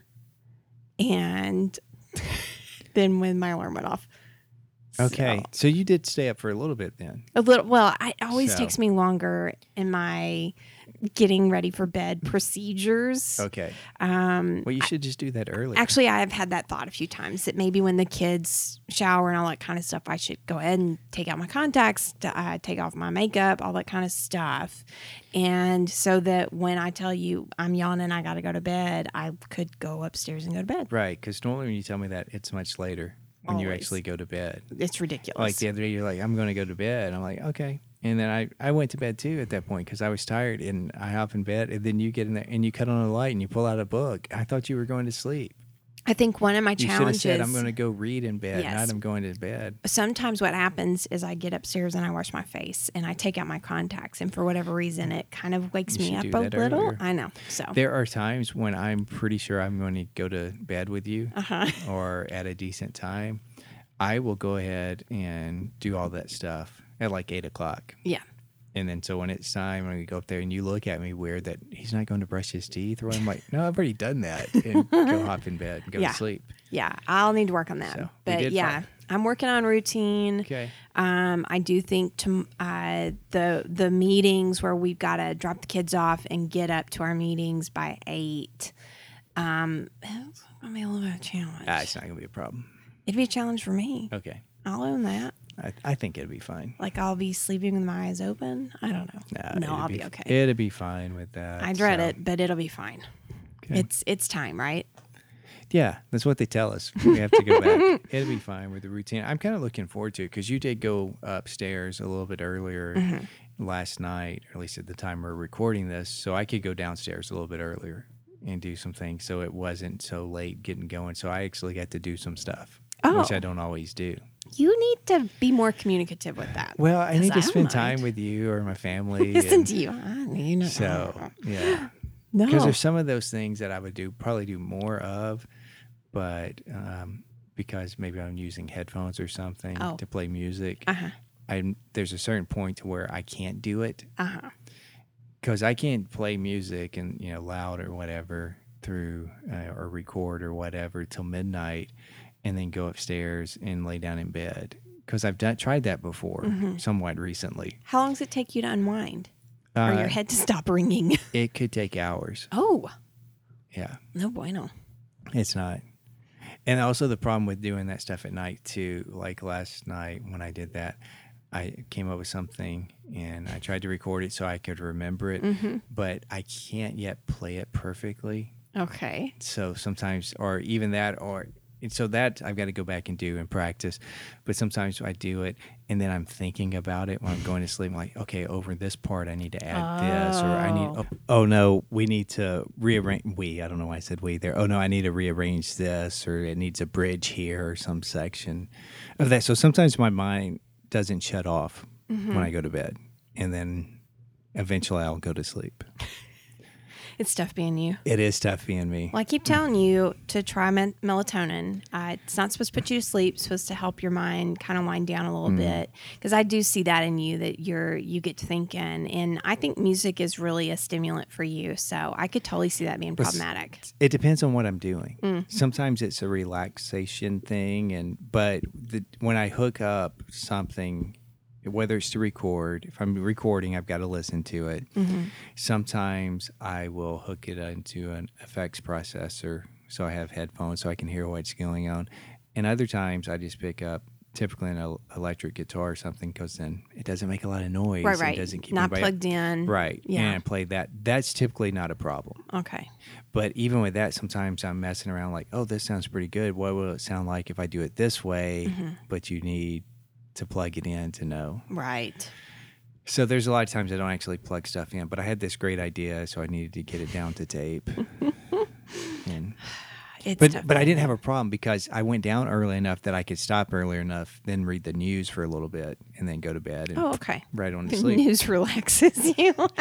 Speaker 2: and then when my alarm went off.
Speaker 1: okay
Speaker 2: So-
Speaker 1: so, you did stay up for a little bit then
Speaker 2: a little. Well, I, it always
Speaker 1: So-
Speaker 2: takes me longer in my getting ready for bed procedures.
Speaker 1: okay
Speaker 2: Um,
Speaker 1: well you should just do that earlier
Speaker 2: actually, I have had that thought a few times that maybe when the kids shower and all that kind of stuff, I should go ahead and take out my contacts, t- uh, take off my makeup, all that kind of stuff, and so that when I tell you I'm yawning, I got to go to bed, I could go upstairs and go to bed.
Speaker 1: right because normally when you tell me that it's much later when you
Speaker 2: Always.
Speaker 1: actually go to bed
Speaker 2: It's ridiculous.
Speaker 1: like the other day you're like i'm going to go to bed and i'm like okay and then i, I went to bed too at that point because i was tired and i hop in bed and then you get in there and you cut on a light and you pull out a book i thought you were going to sleep
Speaker 2: I think one of my
Speaker 1: you should have
Speaker 2: challenges.
Speaker 1: said i'm going to go read in bed
Speaker 2: Yes.
Speaker 1: not i'm going to bed
Speaker 2: sometimes what happens is I get upstairs and I wash my face and I take out my contacts and for whatever reason it kind of wakes
Speaker 1: You
Speaker 2: me
Speaker 1: should
Speaker 2: up
Speaker 1: do
Speaker 2: a
Speaker 1: that
Speaker 2: little.
Speaker 1: earlier.
Speaker 2: I know. So
Speaker 1: there are times when i'm pretty sure i'm going to go to bed with you
Speaker 2: uh-huh.
Speaker 1: or at a decent time i will go ahead and do all that stuff at like 8 o'clock
Speaker 2: Yeah.
Speaker 1: And then so when it's time and we go up there and you look at me weird that he's not going to brush his teeth or what, I'm like, no, I've already done that and go hop in bed and go
Speaker 2: Yeah.
Speaker 1: to sleep.
Speaker 2: Yeah. I'll need to work on that.
Speaker 1: So, we
Speaker 2: but
Speaker 1: did
Speaker 2: yeah.
Speaker 1: fine.
Speaker 2: I'm working on routine.
Speaker 1: Okay.
Speaker 2: Um, I do think to uh, the the meetings where we've got to drop the kids off and get up to our meetings by eight. Um, it's gonna be a little bit of a challenge.
Speaker 1: Ah, it's not going to be a problem.
Speaker 2: It'd be a challenge for me.
Speaker 1: Okay.
Speaker 2: I'll own that.
Speaker 1: I, I think it'll be fine.
Speaker 2: Like I'll be sleeping with my eyes open. I don't know.
Speaker 1: Nah,
Speaker 2: no,
Speaker 1: it'll
Speaker 2: I'll be, okay.
Speaker 1: It'll be fine with that.
Speaker 2: I dread
Speaker 1: so-
Speaker 2: it, but it'll be fine.
Speaker 1: Okay.
Speaker 2: It's it's time, right?
Speaker 1: Yeah, that's what they tell us. We have to go back. It'll be fine with the routine. I'm kind of looking forward to it because you did go upstairs a little bit earlier
Speaker 2: Mm-hmm.
Speaker 1: last night, or at least at the time we're recording this. So I could go downstairs a little bit earlier and do some things. So it wasn't so late getting going. So I actually got to do some stuff, which
Speaker 2: Oh.
Speaker 1: I don't always do.
Speaker 2: You need to be more communicative with that.
Speaker 1: Well, I need
Speaker 2: I
Speaker 1: to
Speaker 2: don't
Speaker 1: spend
Speaker 2: mind.
Speaker 1: time with you or my family.
Speaker 2: Listen
Speaker 1: and
Speaker 2: to you. I mean,
Speaker 1: so, yeah.
Speaker 2: no.
Speaker 1: because there's some of those things that I would do probably do more of, but um, because maybe I'm using headphones or something
Speaker 2: Oh.
Speaker 1: to play music,
Speaker 2: Uh huh.
Speaker 1: I there's a certain point to where I can't do it
Speaker 2: Uh huh.
Speaker 1: because I can't play music and you know loud or whatever through uh, or record or whatever till midnight, and then go upstairs and lay down in bed because I've done, tried that before
Speaker 2: Mm-hmm.
Speaker 1: somewhat recently.
Speaker 2: How long does it take you to unwind or your
Speaker 1: Uh,
Speaker 2: head to stop ringing?
Speaker 1: it could take hours.
Speaker 2: oh,
Speaker 1: Yeah.
Speaker 2: no bueno.
Speaker 1: It's not. And also the problem with doing that stuff at night too, like last night when I did that, I came up with something and I tried to record it so I could remember it, but I can't yet play it perfectly
Speaker 2: Okay.
Speaker 1: So sometimes, or even that, or and so that I've got to go back and do and practice. But sometimes I do it and then I'm thinking about it when I'm going to sleep. I'm like, okay, over this part, I need to add this, or I need,
Speaker 2: Oh.
Speaker 1: oh, oh no, we need to rearrange. We, I don't know why I said we there. Oh no, I need to rearrange this, or it needs a bridge here, or some section of that. So sometimes my mind doesn't shut off when I go to bed. And then eventually I'll go to sleep.
Speaker 2: It's tough being you.
Speaker 1: It is tough being me.
Speaker 2: Well, I keep telling you to try men- melatonin. Uh, it's not supposed to put you to sleep. It's supposed to help your mind kind of wind down a
Speaker 1: Mm.
Speaker 2: little bit. Because I do see that in you that you're you get to thinking, and I think music is really a stimulant for you. So I could totally see that being problematic.
Speaker 1: it depends on what I'm doing.
Speaker 2: Mm-hmm.
Speaker 1: Sometimes it's a relaxation thing, and but the, when I hook up something, whether it's to record, if I'm recording, I've got to listen to it.
Speaker 2: Mm-hmm.
Speaker 1: Sometimes I will hook it into an effects processor, so I have headphones, so I can hear what's going on. And other times, I just pick up typically an el- electric guitar or something, because then it doesn't make a lot of noise.
Speaker 2: Right,
Speaker 1: It doesn't
Speaker 2: right.
Speaker 1: keep
Speaker 2: Not
Speaker 1: anybody-
Speaker 2: plugged in.
Speaker 1: Right.
Speaker 2: Yeah.
Speaker 1: And I play that. That's typically not a problem.
Speaker 2: Okay.
Speaker 1: But even with that, sometimes I'm messing around like, oh, this sounds pretty good. What will it sound like if I do it this way?
Speaker 2: Mm-hmm.
Speaker 1: But you need to plug it in to know.
Speaker 2: Right.
Speaker 1: So there's a lot of times I don't actually plug stuff in, but I had this great idea, so I needed to get it down to tape. and,
Speaker 2: It's
Speaker 1: but
Speaker 2: tough
Speaker 1: but I
Speaker 2: being
Speaker 1: didn't
Speaker 2: you.
Speaker 1: have a problem because I went down early enough that I could stop early enough, then read the news for a little bit, and then go to bed and
Speaker 2: Oh, okay.
Speaker 1: right on to
Speaker 2: The
Speaker 1: sleep.
Speaker 2: news relaxes you. what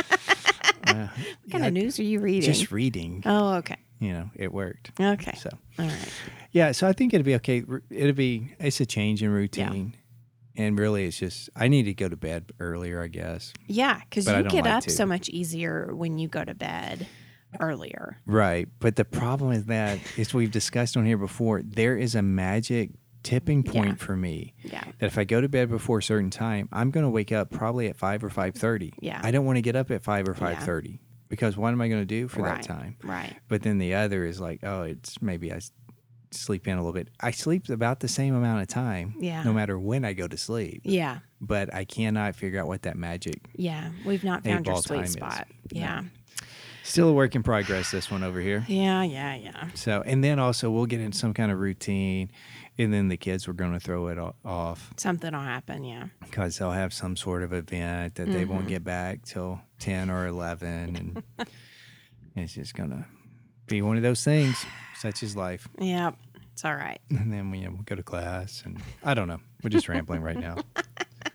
Speaker 1: Yeah.
Speaker 2: kind
Speaker 1: Yeah,
Speaker 2: of news are you reading?
Speaker 1: Just reading,
Speaker 2: oh, okay.
Speaker 1: you know, it worked.
Speaker 2: Okay.
Speaker 1: So.
Speaker 2: All right.
Speaker 1: Yeah, so I think it'd be okay. R- It'd be it's a change in routine, and really, it's just I need to go to bed earlier, I guess.
Speaker 2: Yeah, because
Speaker 1: But I
Speaker 2: you
Speaker 1: don't
Speaker 2: get
Speaker 1: like
Speaker 2: up
Speaker 1: to.
Speaker 2: so much easier when you go to bed earlier.
Speaker 1: Right, but the problem is that, as we've discussed on here before, there is a magic tipping point for me
Speaker 2: Yeah.
Speaker 1: that if I go to bed before a certain time, I'm going to wake up probably at five or five thirty.
Speaker 2: Yeah.
Speaker 1: I don't want to get up at five or five thirty because what am I going to do for
Speaker 2: right.
Speaker 1: that time?
Speaker 2: Right.
Speaker 1: But then the other is like, oh, it's maybe I s- sleep in a little bit. I sleep about the same amount of time,
Speaker 2: Yeah.
Speaker 1: no matter when I go to sleep.
Speaker 2: Yeah.
Speaker 1: but I cannot figure out what that magic.
Speaker 2: Yeah. We've not
Speaker 1: Eight
Speaker 2: found your
Speaker 1: ball time
Speaker 2: sweet
Speaker 1: is.
Speaker 2: spot.
Speaker 1: No.
Speaker 2: Yeah.
Speaker 1: Still a work in progress. This one over here.
Speaker 2: Yeah. Yeah. Yeah.
Speaker 1: So, and then also we'll get in some kind of routine, and then the kids were going to throw it o- off
Speaker 2: Something will happen. Yeah.
Speaker 1: because they'll have some sort of event that they
Speaker 2: Mm-hmm.
Speaker 1: won't get back till ten or eleven, and it's just gonna be one of those things. Such is life.
Speaker 2: Yeah. It's all right.
Speaker 1: And then we you know, we'll go to class, and I don't know. We're just rambling right now.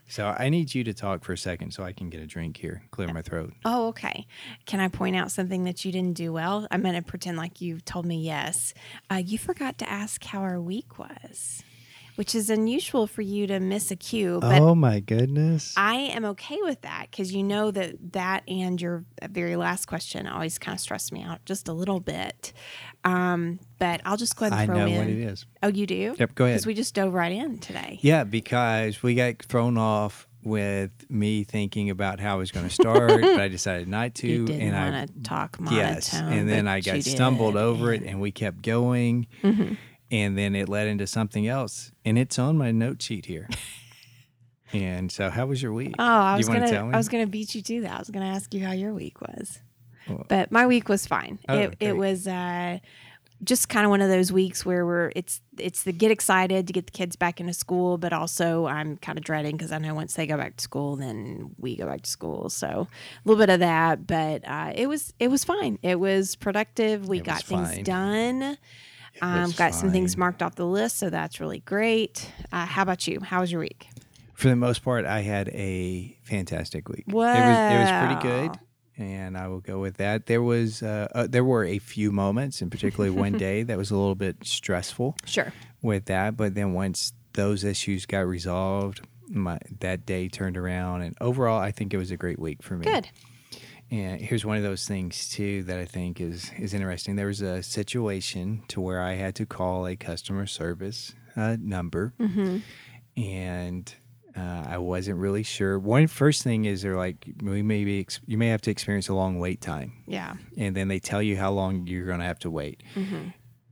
Speaker 1: So I need you to talk for a second so I can get a drink here, clear my throat.
Speaker 2: Oh, okay. Can I point out something that you didn't do well? I'm going to pretend like you told me yes. Uh, you forgot to ask how our week was, which is unusual for you to miss a cue, but
Speaker 1: oh my goodness.
Speaker 2: I am okay with that because you know that that and your very last question always kind of stress me out just a little bit. Um, but I'll just go ahead
Speaker 1: I
Speaker 2: and throw
Speaker 1: know
Speaker 2: in.
Speaker 1: what it is.
Speaker 2: Oh, you do?
Speaker 1: Yep, go ahead.
Speaker 2: Because we just dove right in today.
Speaker 1: Yeah, because we got thrown off with me thinking about how I was going to start, but I decided not to.
Speaker 2: You didn't
Speaker 1: and I,
Speaker 2: want to talk monotone.
Speaker 1: yes. And then
Speaker 2: but
Speaker 1: I got
Speaker 2: you did. Mm-hmm.
Speaker 1: stumbled over it and we kept going. And then it led into something else. And it's on my note sheet here. and so, how was your week?
Speaker 2: Oh, I
Speaker 1: Do
Speaker 2: was
Speaker 1: you want
Speaker 2: gonna,
Speaker 1: to tell me?
Speaker 2: I was gonna beat you to that. I was gonna ask you how your week was,
Speaker 1: Well-
Speaker 2: but my week was fine.
Speaker 1: Oh,
Speaker 2: it it
Speaker 1: great.
Speaker 2: was uh, just kind of one of those weeks where we're it's it's the get excited to get the kids back into school, but also I'm kind of dreading because I know once they go back to school, then we go back to school. So a little bit of that, but uh, it was it was fine. It was productive. We
Speaker 1: It
Speaker 2: got
Speaker 1: was
Speaker 2: things
Speaker 1: fine.
Speaker 2: done. Um,
Speaker 1: was
Speaker 2: got some things
Speaker 1: fine.
Speaker 2: marked off the list, so that's really great. Uh, how about you? How was your week?
Speaker 1: For the most part, I had a fantastic week. It was, it was pretty
Speaker 2: Wow.
Speaker 1: good. And I will go with that. There was uh, uh, there were a few moments, and particularly one day that was a little bit stressful.
Speaker 2: Sure.
Speaker 1: with that. But then once those issues got resolved, my that day turned around, and overall, I think it was a great week for me.
Speaker 2: Good.
Speaker 1: And here's one of those things too that I think is is interesting. There was a situation to where I had to call a customer service uh, number,
Speaker 2: Mm-hmm.
Speaker 1: and. Uh, I wasn't really sure. One first thing is they're like, we maybe ex- you may have to experience a long wait time
Speaker 2: Yeah.
Speaker 1: and then they tell you how long you're going to have to wait
Speaker 2: Mm-hmm.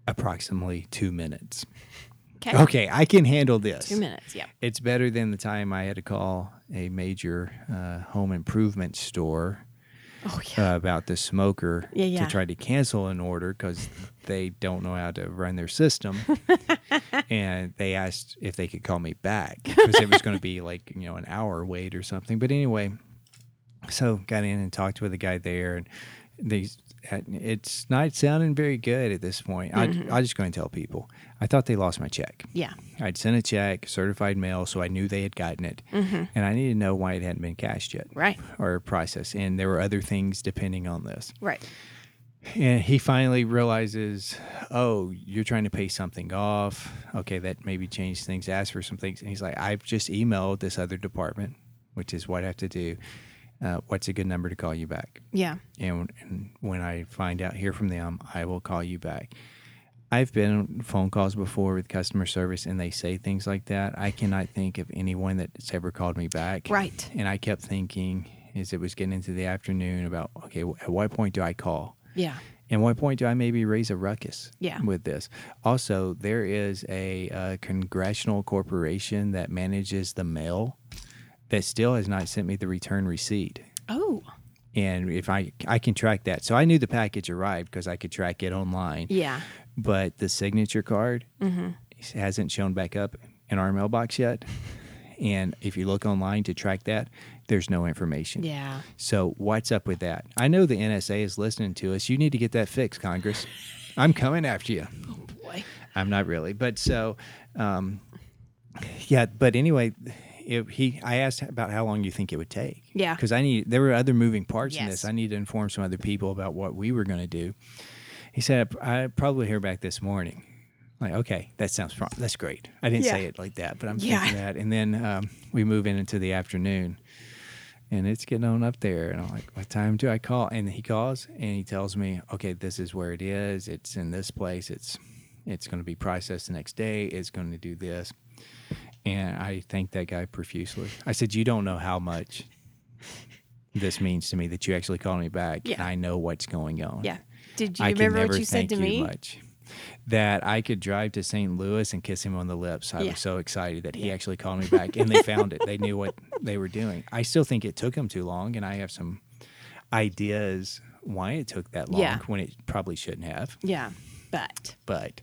Speaker 1: approximately two minutes
Speaker 2: Okay.
Speaker 1: okay i can handle this
Speaker 2: Two minutes. Yep.
Speaker 1: it's better than the time i had to call a major uh, home improvement store
Speaker 2: Oh yeah.
Speaker 1: uh, about the smoker
Speaker 2: Yeah, yeah.
Speaker 1: to try to cancel an order because they don't know how to run their system. and they asked if they could call me back because it was going to be like, you know, an hour wait or something. But anyway, so got in and talked with the guy there. And they, it's not sounding very good at this point.
Speaker 2: Mm-hmm.
Speaker 1: I, I just go and tell people. I thought they lost my check.
Speaker 2: yeah.
Speaker 1: I'd sent a check, certified mail, so I knew they had gotten it.
Speaker 2: Mm-hmm.
Speaker 1: And I needed to know why it hadn't been cashed yet
Speaker 2: Right.
Speaker 1: or processed. And there were other things depending on this.
Speaker 2: Right.
Speaker 1: And he finally realizes, oh, you're trying to pay something off. Okay, that maybe changed things, asked for some things. And he's like, I've just emailed this other department, which is what I have to do. Uh, what's a good number to call you back?
Speaker 2: Yeah.
Speaker 1: and, and when I find out hear from them, I will call you back. I've been on phone calls before with customer service, and they say things like that. I cannot think of anyone that's ever called me back.
Speaker 2: Right.
Speaker 1: And I kept thinking as it was getting into the afternoon about okay, wh- at what point do I call?
Speaker 2: Yeah.
Speaker 1: And what point do I maybe raise a ruckus?
Speaker 2: Yeah.
Speaker 1: With this, also there is a, uh congressional corporation that manages the mail that still has not sent me the return receipt
Speaker 2: Oh.
Speaker 1: and if I I can track that. So I knew the package arrived because I could track it online.
Speaker 2: Yeah. Mm-hmm.
Speaker 1: But the signature card hasn't shown back up in our mailbox yet. And if you look online to track that, there's no information.
Speaker 2: Yeah.
Speaker 1: So what's up with that? I know the NSA is listening to us. You need to get that fixed, Congress. I'm coming after you.
Speaker 2: Boy.
Speaker 1: I'm not really, but so, um, yeah. But anyway, it, he I asked about how long you think it would take.
Speaker 2: Yeah.
Speaker 1: because I need there were other moving parts in
Speaker 2: Yes.
Speaker 1: this. I need to inform some other people about what we were going to do. He said I probably hear back this morning. Like okay, that sounds pro- that's great. I didn't say
Speaker 2: Yeah.
Speaker 1: it like that, but I'm
Speaker 2: Yeah.
Speaker 1: thinking that. And then um, we move in into the afternoon, and it's getting on up there. And I'm like, what time do I call? And he calls and he tells me, okay, this is where it is. It's in this place. It's it's going to be processed the next day. It's going to do this. And I thanked that guy profusely. I said, you don't know how much this means to me that you actually called me back.
Speaker 2: Yeah.
Speaker 1: And I know what's going on.
Speaker 2: Yeah. Did you
Speaker 1: I can
Speaker 2: remember
Speaker 1: never
Speaker 2: what you said
Speaker 1: thank
Speaker 2: to
Speaker 1: you
Speaker 2: me?
Speaker 1: much. That I could drive to St. Louis and kiss him on the lips. I
Speaker 2: Yeah.
Speaker 1: was so excited that he actually called me back, and they found it. They knew what they were doing. I still think it took him too long, and I have some ideas why it took that long
Speaker 2: Yeah.
Speaker 1: when it probably shouldn't have.
Speaker 2: Yeah. But
Speaker 1: But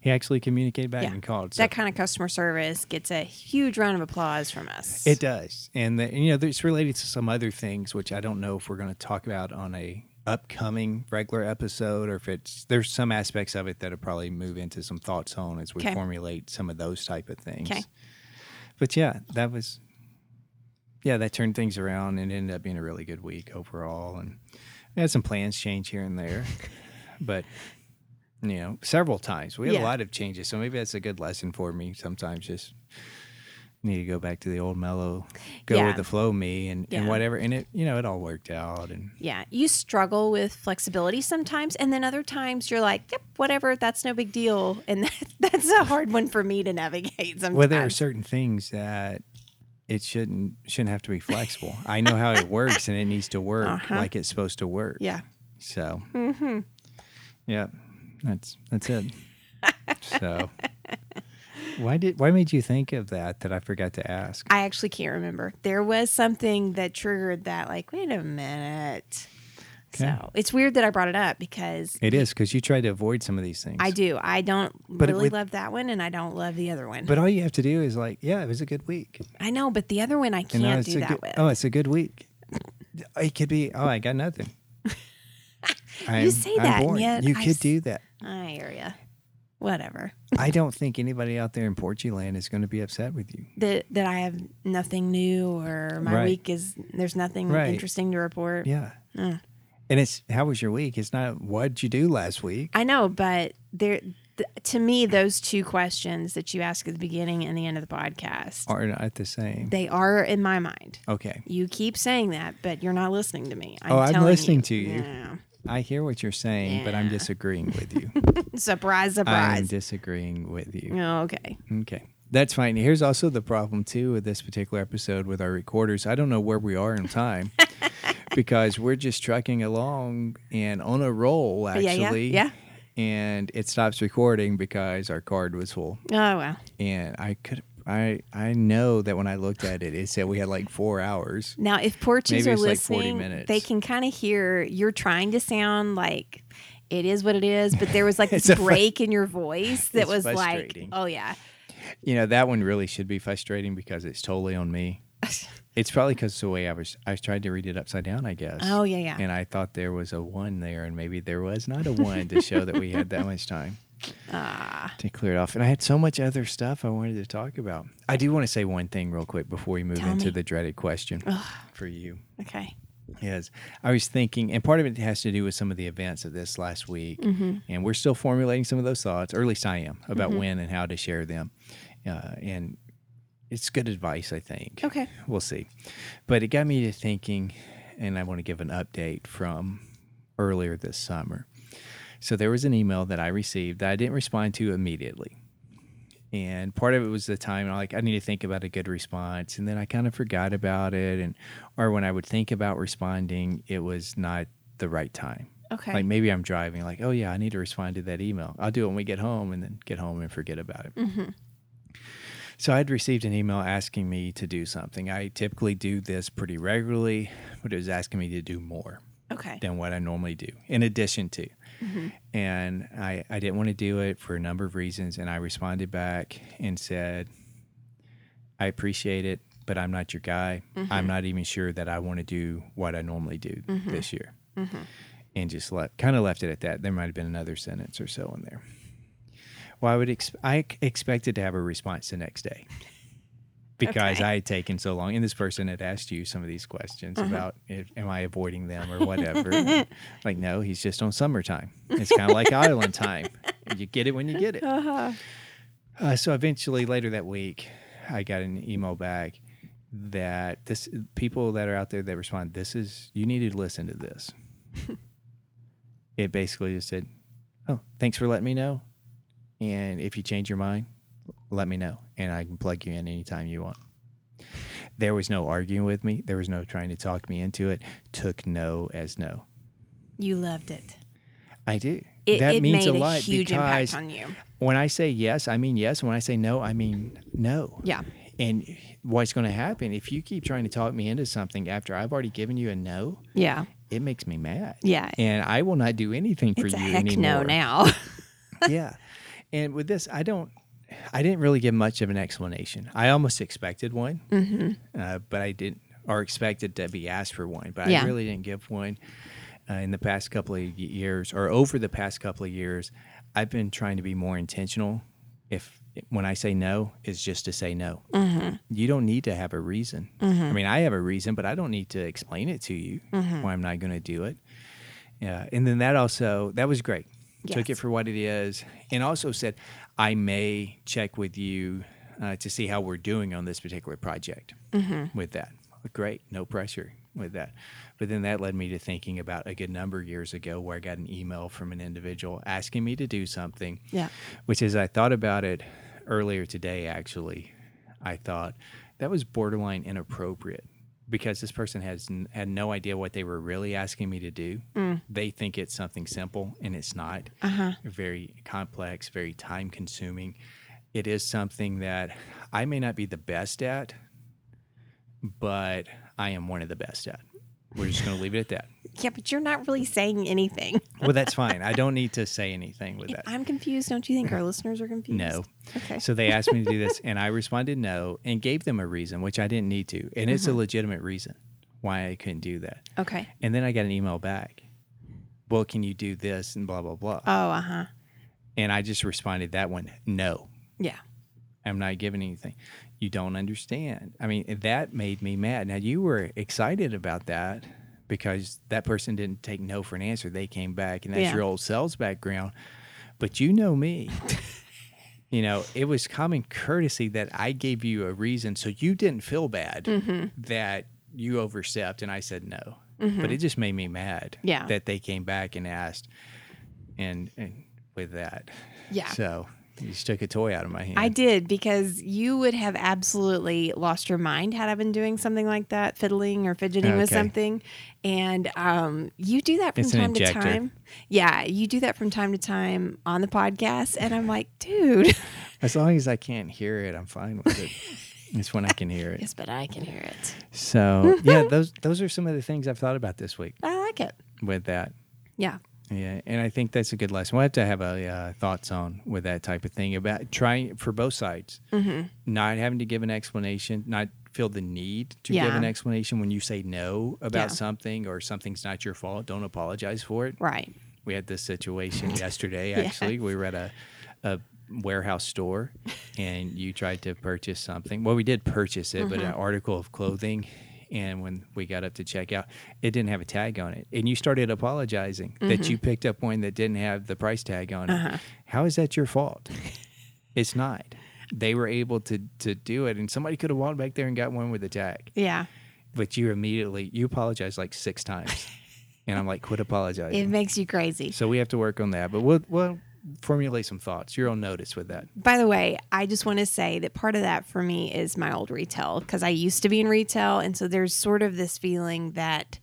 Speaker 1: he actually communicated back
Speaker 2: Yeah.
Speaker 1: and called. So
Speaker 2: that kind of customer service gets a huge round of applause from us.
Speaker 1: it does, and, the, and you know it's related to some other things which I don't know if we're going to talk about on a upcoming regular episode or if it's there's some aspects of it that'll probably move into some thoughts on as we
Speaker 2: Okay.
Speaker 1: formulate some of those type of things.
Speaker 2: Okay.
Speaker 1: But yeah, that was yeah, that turned things around and it ended up being a really good week overall and we had some plans change here and there. but you know, several times. We had
Speaker 2: Yeah.
Speaker 1: a lot of changes, so maybe that's a good lesson for me. Sometimes just need to go back to the old mellow, go
Speaker 2: Yeah.
Speaker 1: with the flow me and,
Speaker 2: Yeah.
Speaker 1: and whatever. And it you know, it all worked out and
Speaker 2: Yeah, you struggle with flexibility sometimes, and then other times you're like, "Yep, whatever, that's no big deal," and that, that's a hard one for me to navigate sometimes.
Speaker 1: Well, there are certain things that it shouldn't shouldn't have to be flexible. I know how it works, and it needs to work
Speaker 2: Uh-huh.
Speaker 1: like it's supposed to work.
Speaker 2: yeah, Mm-hmm.
Speaker 1: So, yeah, that's that's it. so, why did why made you think of that? That I forgot to ask.
Speaker 2: I actually can't remember. There was something that triggered that. Like, wait a minute. So it's weird that I brought it up because
Speaker 1: It is because you try to avoid some of these things.
Speaker 2: I do. I don't
Speaker 1: it
Speaker 2: really
Speaker 1: would-
Speaker 2: love that one, and I don't love the other one.
Speaker 1: But all you have to do is like, yeah, it was a good week.
Speaker 2: I know, but the other one I
Speaker 1: You know,
Speaker 2: can't
Speaker 1: it's
Speaker 2: do
Speaker 1: a
Speaker 2: that
Speaker 1: good,
Speaker 2: with.
Speaker 1: Oh, it's a good week. It could be. Oh, I got nothing. I'm-
Speaker 2: say
Speaker 1: I'm
Speaker 2: that, and
Speaker 1: bored.
Speaker 2: yet
Speaker 1: you
Speaker 2: I
Speaker 1: could
Speaker 2: s-
Speaker 1: do that.
Speaker 2: I hear ya. Whatever.
Speaker 1: I don't think anybody out there in Portuland is going to be upset with you.
Speaker 2: that that I have nothing new or my
Speaker 1: Right.
Speaker 2: week is there's nothing
Speaker 1: Right.
Speaker 2: interesting to report.
Speaker 1: Yeah.
Speaker 2: Mm.
Speaker 1: And it's how was your week? It's not what'd you do last week.
Speaker 2: I know, but there th- to me those two questions that you ask at the beginning and the end of the podcast,
Speaker 1: Are not the same.
Speaker 2: they are in my mind.
Speaker 1: Okay.
Speaker 2: You keep saying that, but you're not listening to me. I'm
Speaker 1: Oh, I'm
Speaker 2: telling
Speaker 1: listening to you.
Speaker 2: Yeah.
Speaker 1: I hear what you're saying, but I'm
Speaker 2: Yeah.
Speaker 1: disagreeing with you.
Speaker 2: Surprise,
Speaker 1: I'm
Speaker 2: surprise.
Speaker 1: disagreeing with you.
Speaker 2: oh, okay.
Speaker 1: Okay. That's fine. Here's also the problem too with this particular episode with our recorders. I don't know where we are in time because we're just trucking along and on a roll
Speaker 2: yeah, yeah,
Speaker 1: actually.
Speaker 2: yeah.
Speaker 1: And it stops recording because our card was full.
Speaker 2: Oh well.
Speaker 1: and I could I I know that when I looked at it, it said we had like four hours.
Speaker 2: Now, if Porches
Speaker 1: Maybe
Speaker 2: are
Speaker 1: it's like 40
Speaker 2: listening,
Speaker 1: minutes.
Speaker 2: they can kind of hear you're trying to sound like it is what it is, but there was like
Speaker 1: It's a
Speaker 2: this
Speaker 1: fr-
Speaker 2: break in your voice that
Speaker 1: It's
Speaker 2: was like,
Speaker 1: frustrating.
Speaker 2: oh yeah,
Speaker 1: You know that one really should be frustrating because it's totally on me. It's probably because the way I was I was trying to read it upside down. I guess.
Speaker 2: oh yeah, yeah.
Speaker 1: And I thought there was a one there, and maybe there was not a one to show that we had that much time
Speaker 2: Ah,
Speaker 1: to clear it off. And I had so much other stuff I wanted to talk about. I do want to say one thing real quick before we move
Speaker 2: Tell
Speaker 1: into
Speaker 2: me.
Speaker 1: the dreaded question
Speaker 2: Ugh.
Speaker 1: for you.
Speaker 2: okay.
Speaker 1: Yes. I was thinking, and part of it has to do with some of the events of this last week.
Speaker 2: Mm-hmm.
Speaker 1: And we're still formulating some of those thoughts, or at least I am, about when and how to share them. Uh, and it's good advice, I think.
Speaker 2: Okay.
Speaker 1: We'll see. But it got me to thinking, and I want to give an update from earlier this summer. So there was an email that I received that I didn't respond to immediately. And part of it was the time like I need to think about a good response, and then I kind of forgot about it, and or when I would think about responding, it was not the right time.
Speaker 2: Okay.
Speaker 1: Like maybe I'm driving, like oh yeah, I need to respond to that email. I'll do it when we get home, and then get home and forget about it.
Speaker 2: Mhm.
Speaker 1: So I'd received an email asking me to do something. I typically do this pretty regularly, but it was asking me to do more
Speaker 2: Okay.
Speaker 1: than what I normally do, in addition to.
Speaker 2: Mhm.
Speaker 1: And I, I didn't want to do it for a number of reasons. And I responded back and said, I appreciate it, but I'm not your guy. I'm not even sure that I want to do what I normally do this year.
Speaker 2: Mm-hmm.
Speaker 1: And just left, kind of left it at that. There might have been another sentence or so in there. Well, I would ex- I c- expected to have a response the next day because
Speaker 2: Okay.
Speaker 1: I had taken so long, and this person had asked you some of these questions about if, am I avoiding them or whatever. And, like, no, he's just on summertime. It's kind of like island time. You get it when you get it.
Speaker 2: Uh-huh.
Speaker 1: Uh, so eventually, later that week, I got an email back that this people that are out there that respond, this is you need to listen to this. it basically just said, "Oh, thanks for letting me know, and if you change your mind, let me know, and I can plug you in anytime you want." There was no arguing with me. There was no trying to talk me into it. Took no as no.
Speaker 2: You loved it.
Speaker 1: I do.
Speaker 2: It,
Speaker 1: that
Speaker 2: it
Speaker 1: means
Speaker 2: made
Speaker 1: a lot
Speaker 2: huge
Speaker 1: because
Speaker 2: impact on you.
Speaker 1: when I say yes, I mean yes. When I say no, I mean no.
Speaker 2: Yeah.
Speaker 1: And what's going to happen if you keep trying to talk me into something after I've already given you a no?
Speaker 2: Yeah.
Speaker 1: It makes me mad.
Speaker 2: Yeah.
Speaker 1: And I will not do anything for
Speaker 2: It's a
Speaker 1: you
Speaker 2: heck
Speaker 1: anymore.
Speaker 2: no now.
Speaker 1: yeah. And with this, I don't. I didn't really give much of an explanation. I almost expected one, uh, but I didn't, or expected to be asked for one, but
Speaker 2: Yeah.
Speaker 1: I really didn't give one. Uh, in the past couple of y- years, or over the past couple of years, I've been trying to be more intentional. If when I say no, is just to say no. You don't need to have a reason. I mean, I have a reason, but I don't need to explain it to you why I'm not going to do it. Yeah, and then that also that was great. Took it
Speaker 2: Yes.
Speaker 1: for what it is, and also said I may check with you uh, to see how we're doing on this particular project. With that, great, no pressure with that. But then that led me to thinking about a good number of years ago where I got an email from an individual asking me to do something
Speaker 2: yeah.
Speaker 1: which is I thought about it earlier today actually. I thought that was borderline inappropriate because this person has n- had no idea what they were really asking me to do. They think it's something simple and it's not.
Speaker 2: Uh-huh.
Speaker 1: Very complex, very time consuming. It is something that I may not be the best at, but I am one of the best at. We're just going to leave it at that.
Speaker 2: Yeah, but you're not really saying anything.
Speaker 1: Well, that's fine. I don't need to say anything with that.
Speaker 2: I'm confused. Don't you think our listeners are confused?
Speaker 1: No.
Speaker 2: Okay.
Speaker 1: So they asked me to do this, and I responded no and gave them a reason, which I didn't need to. And it's a
Speaker 2: Uh-huh.
Speaker 1: legitimate reason why I couldn't do that.
Speaker 2: okay.
Speaker 1: And then I got an email back. Well, can you do this and blah, blah, blah.
Speaker 2: Oh, uh huh.
Speaker 1: and I just responded that one, no,
Speaker 2: Yeah.
Speaker 1: I'm not giving anything. You don't understand. I mean, that made me mad. Now, you were excited about that because that person didn't take no for an answer. They came back, and that's
Speaker 2: Yeah.
Speaker 1: your old sales background. But you know me. you know, it was common courtesy that I gave you a reason so you didn't feel bad
Speaker 2: Mm-hmm.
Speaker 1: that you overstepped and I said no. But it just made me mad
Speaker 2: Yeah.
Speaker 1: that they came back and asked and, and with that.
Speaker 2: Yeah.
Speaker 1: So you just took a toy out of my hand.
Speaker 2: I did because you would have absolutely lost your mind had I been doing something like that, fiddling or fidgeting with
Speaker 1: Okay.
Speaker 2: something. And um, you do that from
Speaker 1: It's an
Speaker 2: time to
Speaker 1: injector.
Speaker 2: time. Yeah, you do that from time to time on the podcast, and I'm like, dude,
Speaker 1: As long as I can't hear it, I'm fine with it. it's when I can hear it.
Speaker 2: Yes, but I can hear it.
Speaker 1: So yeah, those those are some of the things I've thought about this week
Speaker 2: I like it.
Speaker 1: with that.
Speaker 2: Yeah.
Speaker 1: Yeah, and I think that's a good lesson. We'll have to have a uh, thoughts on with that type of thing about trying for both sides,
Speaker 2: Mm-hmm.
Speaker 1: not having to give an explanation, not feel the need to give
Speaker 2: Yeah.
Speaker 1: an explanation when you say no about
Speaker 2: Yeah.
Speaker 1: something or something's not your fault. Don't apologize for it.
Speaker 2: Right.
Speaker 1: We had this situation yesterday. Actually, we were at a, a warehouse store, and you tried to purchase something. Well, we did purchase it, but an article of clothing. And when we got up to check out, it didn't have a tag on it, and you started apologizing that you picked up one that didn't have the price tag on it. How is that your fault? it's not. They were able to to do it, and somebody could have walked back there and got one with a tag
Speaker 2: Yeah.
Speaker 1: but you immediately you apologize like six times and i'm like quit apologizing
Speaker 2: It makes you crazy.
Speaker 1: so we have to work on that but we'll, we'll formulate some thoughts you're on notice with that
Speaker 2: By the way, I just want to say that part of that for me is my old retail because I used to be in retail, and so there's sort of this feeling that,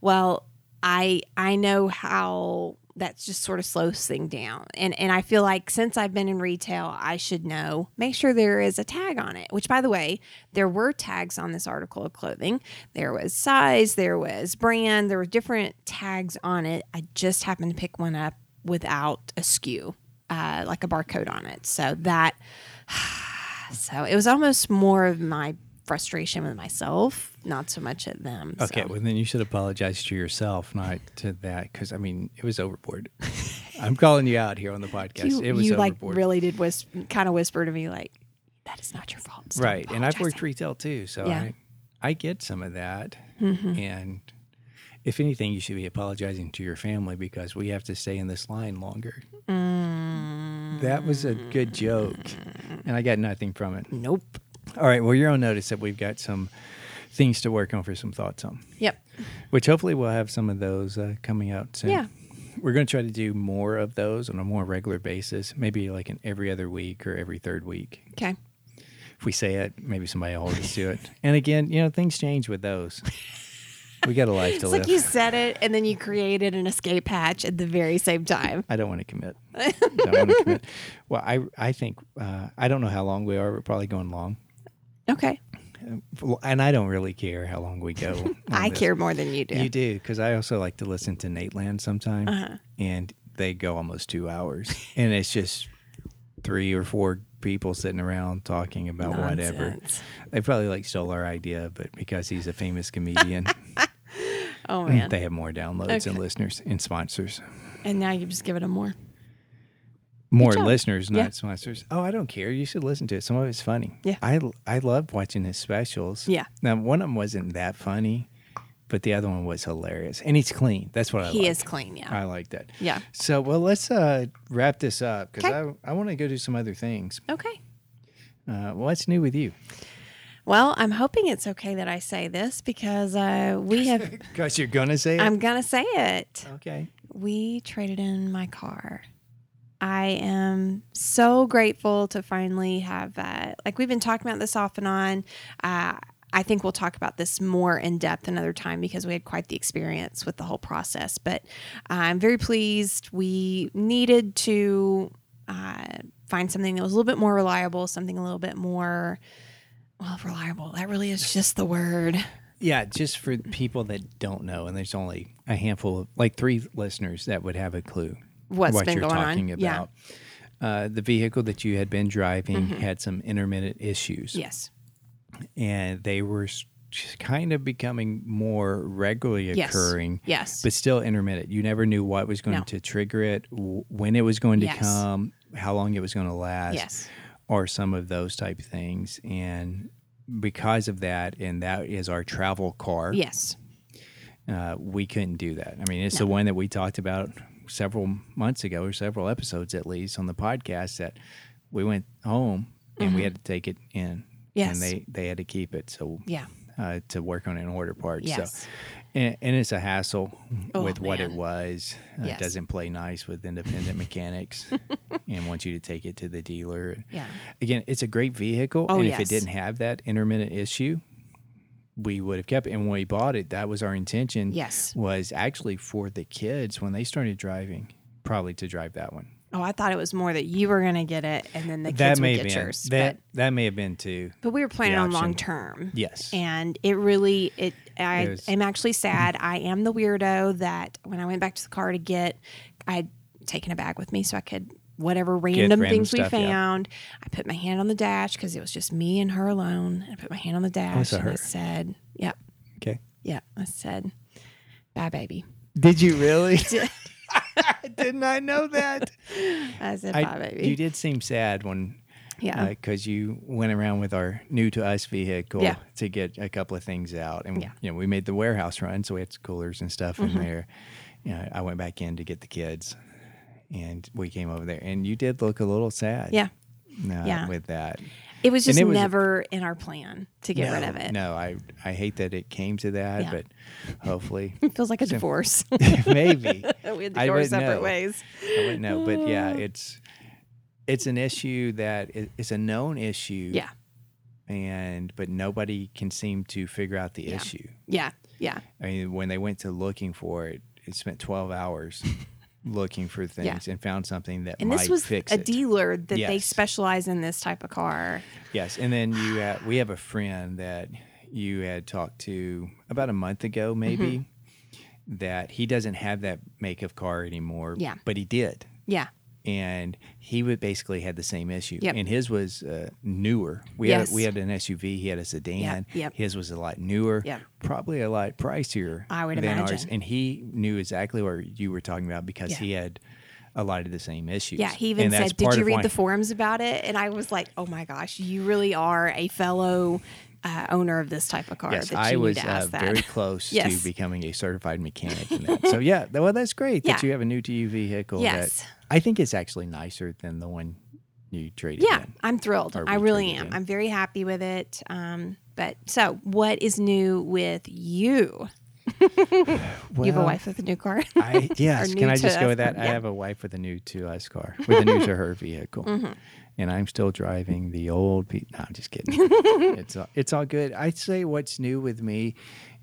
Speaker 2: well, I I know how that's just sort of slows thing down, and and I feel like since I've been in retail, I should know make sure there is a tag on it. Which, by the way, there were tags on this article of clothing. There was size, there was brand, there were different tags on it. I just happened to pick one up without a skew uh, like a barcode on it. So that, so it was almost more of my frustration with myself, not so much at them.
Speaker 1: okay
Speaker 2: So.
Speaker 1: well then you should apologize to yourself not to that because i mean it was overboard i'm calling you out here on the podcast
Speaker 2: You,
Speaker 1: it was
Speaker 2: you like
Speaker 1: overboard
Speaker 2: really did whisp, kind of whisper to me like, that is not your fault. Stop
Speaker 1: right and i've worked
Speaker 2: apologizing."
Speaker 1: retail too so
Speaker 2: Yeah. Mm-hmm.
Speaker 1: I, I get some of that and if anything you should be apologizing to your family because we have to stay in this line longer
Speaker 2: Mm.
Speaker 1: that was a good joke and i got nothing from it
Speaker 2: Nope.
Speaker 1: all right well you're on notice that we've got some things to work on for some thoughts on
Speaker 2: Yep.
Speaker 1: which hopefully we'll have some of those uh, coming out soon.
Speaker 2: Yeah.
Speaker 1: We're going to try to do more of those on a more regular basis, maybe like an every other week or every third week.
Speaker 2: Okay.
Speaker 1: If we say it, maybe somebody will hold us to it. And again, you know, things change with those. We got a life to
Speaker 2: It's
Speaker 1: live.
Speaker 2: like you said it and then you created an escape hatch at the very same time.
Speaker 1: I don't want to commit. I don't want to commit. Well, I I think uh, I don't know how long we are. We're probably going long,
Speaker 2: Okay.
Speaker 1: and I don't really care how long we go. on
Speaker 2: I
Speaker 1: this.
Speaker 2: care more than you do.
Speaker 1: You do because I also like to listen to Nate Land sometimes,
Speaker 2: Uh-huh.
Speaker 1: and they go almost two hours, and it's just three or four people sitting around talking about whatever.
Speaker 2: Nonsense.
Speaker 1: They probably like stole our idea, but because he's a famous comedian,
Speaker 2: Oh, man.
Speaker 1: they have more downloads and
Speaker 2: Okay.
Speaker 1: listeners and sponsors.
Speaker 2: And now you've just given them more.
Speaker 1: More
Speaker 2: job.
Speaker 1: listeners, not
Speaker 2: Yeah.
Speaker 1: sponsors. Oh, I don't care. You should listen to it. Some of it's funny.
Speaker 2: Yeah.
Speaker 1: I I love watching his specials.
Speaker 2: Yeah.
Speaker 1: Now one of them wasn't that funny, but the other one was hilarious, and he's clean. That's what I.
Speaker 2: He
Speaker 1: like.
Speaker 2: is clean. Yeah.
Speaker 1: I like that.
Speaker 2: Yeah.
Speaker 1: So, well, let's uh, wrap this up because
Speaker 2: 'Kay.
Speaker 1: I, I want to go do some other things.
Speaker 2: Okay.
Speaker 1: Uh, what's new with you?
Speaker 2: Well, I'm hoping it's okay that I say this because uh, we have.
Speaker 1: Because you're going to say it?
Speaker 2: I'm gonna say it.
Speaker 1: okay.
Speaker 2: We traded in my car. I am so grateful to finally have. Uh, like we've been talking about this off and on. Uh, I think we'll talk about this more in depth another time because we had quite the experience with the whole process. But uh, I'm very pleased. We needed to uh, find something that was a little bit more reliable, something a little bit more. Well, reliable. That really is just the word.
Speaker 1: Yeah, just for people that don't know, and there's only a handful of like three listeners that would have a clue
Speaker 2: What's
Speaker 1: what
Speaker 2: been
Speaker 1: you're
Speaker 2: going on.
Speaker 1: talking
Speaker 2: Yeah.
Speaker 1: about. Uh, the vehicle that you had been driving
Speaker 2: Mm-hmm.
Speaker 1: had some intermittent issues,
Speaker 2: Yes.
Speaker 1: and they were s- just kind of becoming more regularly
Speaker 2: Yes.
Speaker 1: occurring.
Speaker 2: Yes.
Speaker 1: but still intermittent. You never knew what was going
Speaker 2: No.
Speaker 1: to trigger it, w- when it was going to
Speaker 2: Yes.
Speaker 1: come, how long it was going to last,
Speaker 2: yes.
Speaker 1: or some of those type of things. And because of that, and that is our travel car,
Speaker 2: Yes.
Speaker 1: uh, we couldn't do that. I mean, it's the one that we talked about several months ago, or several episodes at least, on the podcast that we went home and we had to take it in.
Speaker 2: Mm-hmm. Yes.
Speaker 1: And they, they had to keep it. So
Speaker 2: Yeah.
Speaker 1: uh, to work on an order part.
Speaker 2: Yes.
Speaker 1: So, and, and it's a hassle with what it
Speaker 2: Oh, man.
Speaker 1: was. Uh, It
Speaker 2: Yes.
Speaker 1: doesn't play nice with independent mechanics and wants you to take it to the dealer.
Speaker 2: Yeah.
Speaker 1: Again, it's a great vehicle.
Speaker 2: Oh,
Speaker 1: and if
Speaker 2: yes.
Speaker 1: it didn't have that intermittent issue, we would have kept it. And when we bought it, that was our intention.
Speaker 2: Yes.
Speaker 1: Was actually for the kids when they started driving, probably to drive that one.
Speaker 2: Oh, I thought it was more that you were going to get it, and then the kids
Speaker 1: that
Speaker 2: would
Speaker 1: may
Speaker 2: get
Speaker 1: have been
Speaker 2: yours.
Speaker 1: that
Speaker 2: but,
Speaker 1: that may have been too.
Speaker 2: but we were planning on
Speaker 1: option.
Speaker 2: long term.
Speaker 1: Yes.
Speaker 2: and it really it i
Speaker 1: It was-
Speaker 2: am actually sad i am the weirdo that when i went back to the car to get i'd taken a bag with me so i could whatever random
Speaker 1: random
Speaker 2: things
Speaker 1: stuff,
Speaker 2: we
Speaker 1: yeah.
Speaker 2: found i put my hand on the dash because it was just me and her alone i put my hand on
Speaker 1: Oh,
Speaker 2: the dash
Speaker 1: saw
Speaker 2: and i
Speaker 1: her.
Speaker 2: said yep
Speaker 1: Okay.
Speaker 2: yep i said bye baby
Speaker 1: Did you really? Didn't I know that?
Speaker 2: i said bye
Speaker 1: I,
Speaker 2: baby
Speaker 1: you did seem sad when
Speaker 2: yeah
Speaker 1: because Uh, you went around with our new to us vehicle
Speaker 2: Yeah.
Speaker 1: to get a couple of things out, and
Speaker 2: Yeah. Mm-hmm.
Speaker 1: you know we made the warehouse run, so we had coolers and stuff in there. You know, I went back in to get the kids, and we came over there, and you did look a little sad.
Speaker 2: yeah
Speaker 1: uh,
Speaker 2: Yeah.
Speaker 1: with that.
Speaker 2: it was just
Speaker 1: it was-
Speaker 2: never in our plan to get rid
Speaker 1: no,
Speaker 2: of it
Speaker 1: No, I I hate that it came to that,
Speaker 2: Yeah.
Speaker 1: but hopefully
Speaker 2: it feels like a divorce
Speaker 1: maybe
Speaker 2: we had
Speaker 1: I
Speaker 2: to go our
Speaker 1: wouldn't
Speaker 2: separate
Speaker 1: know.
Speaker 2: ways
Speaker 1: I wouldn't know, but yeah,
Speaker 2: Uh.
Speaker 1: it's it's an issue that i- it's a known issue.
Speaker 2: yeah
Speaker 1: and but nobody can seem to figure out the
Speaker 2: Yeah.
Speaker 1: issue.
Speaker 2: yeah yeah
Speaker 1: I mean, when they went to looking for it, it spent twelve hours looking for things and found something that
Speaker 2: and
Speaker 1: might
Speaker 2: this was
Speaker 1: fix
Speaker 2: a
Speaker 1: it.
Speaker 2: dealer that they
Speaker 1: Yes.
Speaker 2: specialize in this type of car.
Speaker 1: Yes, and then you ha we have a friend that you had talked to about a month ago,
Speaker 2: Mm-hmm.
Speaker 1: maybe. That he doesn't have that make of car anymore.
Speaker 2: Yeah.
Speaker 1: but he did,
Speaker 2: Yeah,
Speaker 1: and he would basically had the same issue.
Speaker 2: Yep.
Speaker 1: And his was uh, newer. We
Speaker 2: Yes.
Speaker 1: had we had an SUV. He had a sedan.
Speaker 2: yep.
Speaker 1: His was a lot newer.
Speaker 2: Yep.
Speaker 1: probably a lot pricier.
Speaker 2: I would
Speaker 1: than ours.
Speaker 2: imagine.
Speaker 1: And he knew exactly what you were talking about because
Speaker 2: Yeah.
Speaker 1: he had a lot of the same issues.
Speaker 2: yeah. He
Speaker 1: And
Speaker 2: even
Speaker 1: that's
Speaker 2: said, "Did
Speaker 1: part
Speaker 2: you
Speaker 1: of
Speaker 2: read
Speaker 1: why-
Speaker 2: the forums about it?" And I was like, "Oh my gosh, you really are a fellow uh, owner of this type of car."
Speaker 1: Yes,
Speaker 2: that you
Speaker 1: I
Speaker 2: need
Speaker 1: was
Speaker 2: to
Speaker 1: uh,
Speaker 2: ask that.
Speaker 1: very close
Speaker 2: Yes.
Speaker 1: to becoming a certified mechanic. In that. so yeah, th- well, that's great that
Speaker 2: Yeah.
Speaker 1: you have a new TU vehicle.
Speaker 2: Yes.
Speaker 1: that I think it's actually nicer than the one you traded.
Speaker 2: yeah,
Speaker 1: in.
Speaker 2: I'm thrilled.
Speaker 1: Or
Speaker 2: I
Speaker 1: we
Speaker 2: really
Speaker 1: traded
Speaker 2: am.
Speaker 1: in.
Speaker 2: I'm very happy with it. Um, but so, what is new with you? you have a
Speaker 1: Well,
Speaker 2: wife with a new car.
Speaker 1: I, yes,
Speaker 2: new
Speaker 1: can I
Speaker 2: to
Speaker 1: just go
Speaker 2: us
Speaker 1: with that?
Speaker 2: car,
Speaker 1: I
Speaker 2: yeah.
Speaker 1: have a wife with a new to us car, with a new to her vehicle,
Speaker 2: Mm-hmm.
Speaker 1: and I'm still driving the old. Pe- no, I'm just kidding. it's all, it's all good. I'd say what's new with me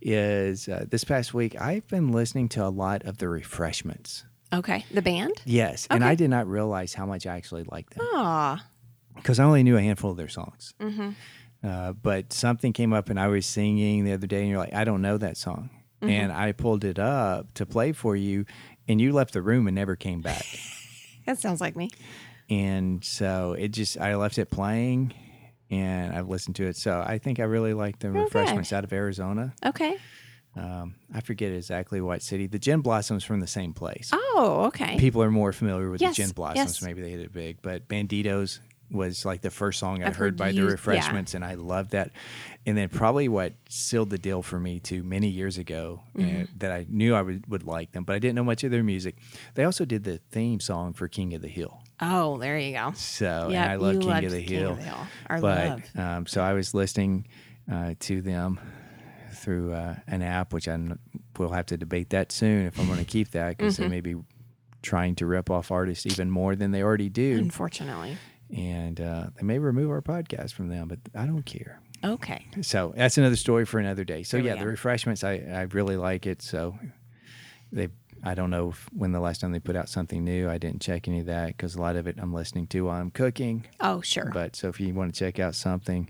Speaker 1: is uh, this past week I've been listening to a lot of the refreshments.
Speaker 2: okay, the band.
Speaker 1: Yes, and I did not realize how much I actually liked them.
Speaker 2: Oh,
Speaker 1: because I only knew a handful of their songs. Uh, but something came up, and I was singing the other day, and you're like, I don't know that song. And I pulled it up to play for you, and you left the room and never came back.
Speaker 2: that sounds like me.
Speaker 1: and so it just, I left it playing, and I've listened to it. So I think I really like the
Speaker 2: good.
Speaker 1: refreshments out of Arizona.
Speaker 2: Okay.
Speaker 1: Um, I forget exactly what city. The Gin Blossoms from the same place.
Speaker 2: Oh, okay.
Speaker 1: People are more familiar with
Speaker 2: Yes,
Speaker 1: the Gin Blossoms.
Speaker 2: yes.
Speaker 1: Maybe they hit it big, but Bandidos was like the first song I
Speaker 2: I've
Speaker 1: heard,
Speaker 2: heard
Speaker 1: by
Speaker 2: you-
Speaker 1: the
Speaker 2: yeah.
Speaker 1: Refreshments, and I loved that. And then probably what sealed the deal for me too many years ago
Speaker 2: Mm-hmm.
Speaker 1: uh, that I knew I would, would like them, but I didn't know much of their music. They also did the theme song for King of the Hill.
Speaker 2: Oh, there you go.
Speaker 1: So, Oh,
Speaker 2: Yep,
Speaker 1: and I love
Speaker 2: you
Speaker 1: King
Speaker 2: loved
Speaker 1: of the
Speaker 2: King
Speaker 1: Hill.
Speaker 2: of the Hill. Our love.
Speaker 1: but um, so I was listening uh, to them through uh, an app, which I will have to debate that soon if I'm going to keep that because
Speaker 2: Mm-hmm.
Speaker 1: they may be trying to rip off artists even more than they already do,
Speaker 2: Unfortunately.
Speaker 1: and uh, they may remove our podcast from them. But I don't care.
Speaker 2: Okay.
Speaker 1: So that's another story for another day. So
Speaker 2: There we
Speaker 1: yeah,
Speaker 2: go.
Speaker 1: the refreshments I, I really like it. So they I don't know if, when the last time they put out something new. I didn't check any of that because a lot of it I'm listening to while I'm cooking.
Speaker 2: Oh, sure.
Speaker 1: But so if you want to check out something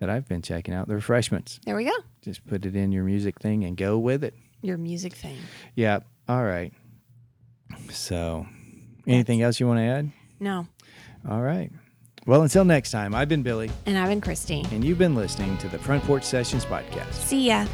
Speaker 1: that I've been checking out, the refreshments,
Speaker 2: there we go.
Speaker 1: just put it in your music thing and go with it.
Speaker 2: Your music thing.
Speaker 1: Yeah. All right. So anything else you want to add?
Speaker 2: No.
Speaker 1: All right. Well, until next time, I've been Billy,
Speaker 2: And I've been Christine.
Speaker 1: and you've been listening to the Front Porch Sessions Podcast.
Speaker 2: See ya.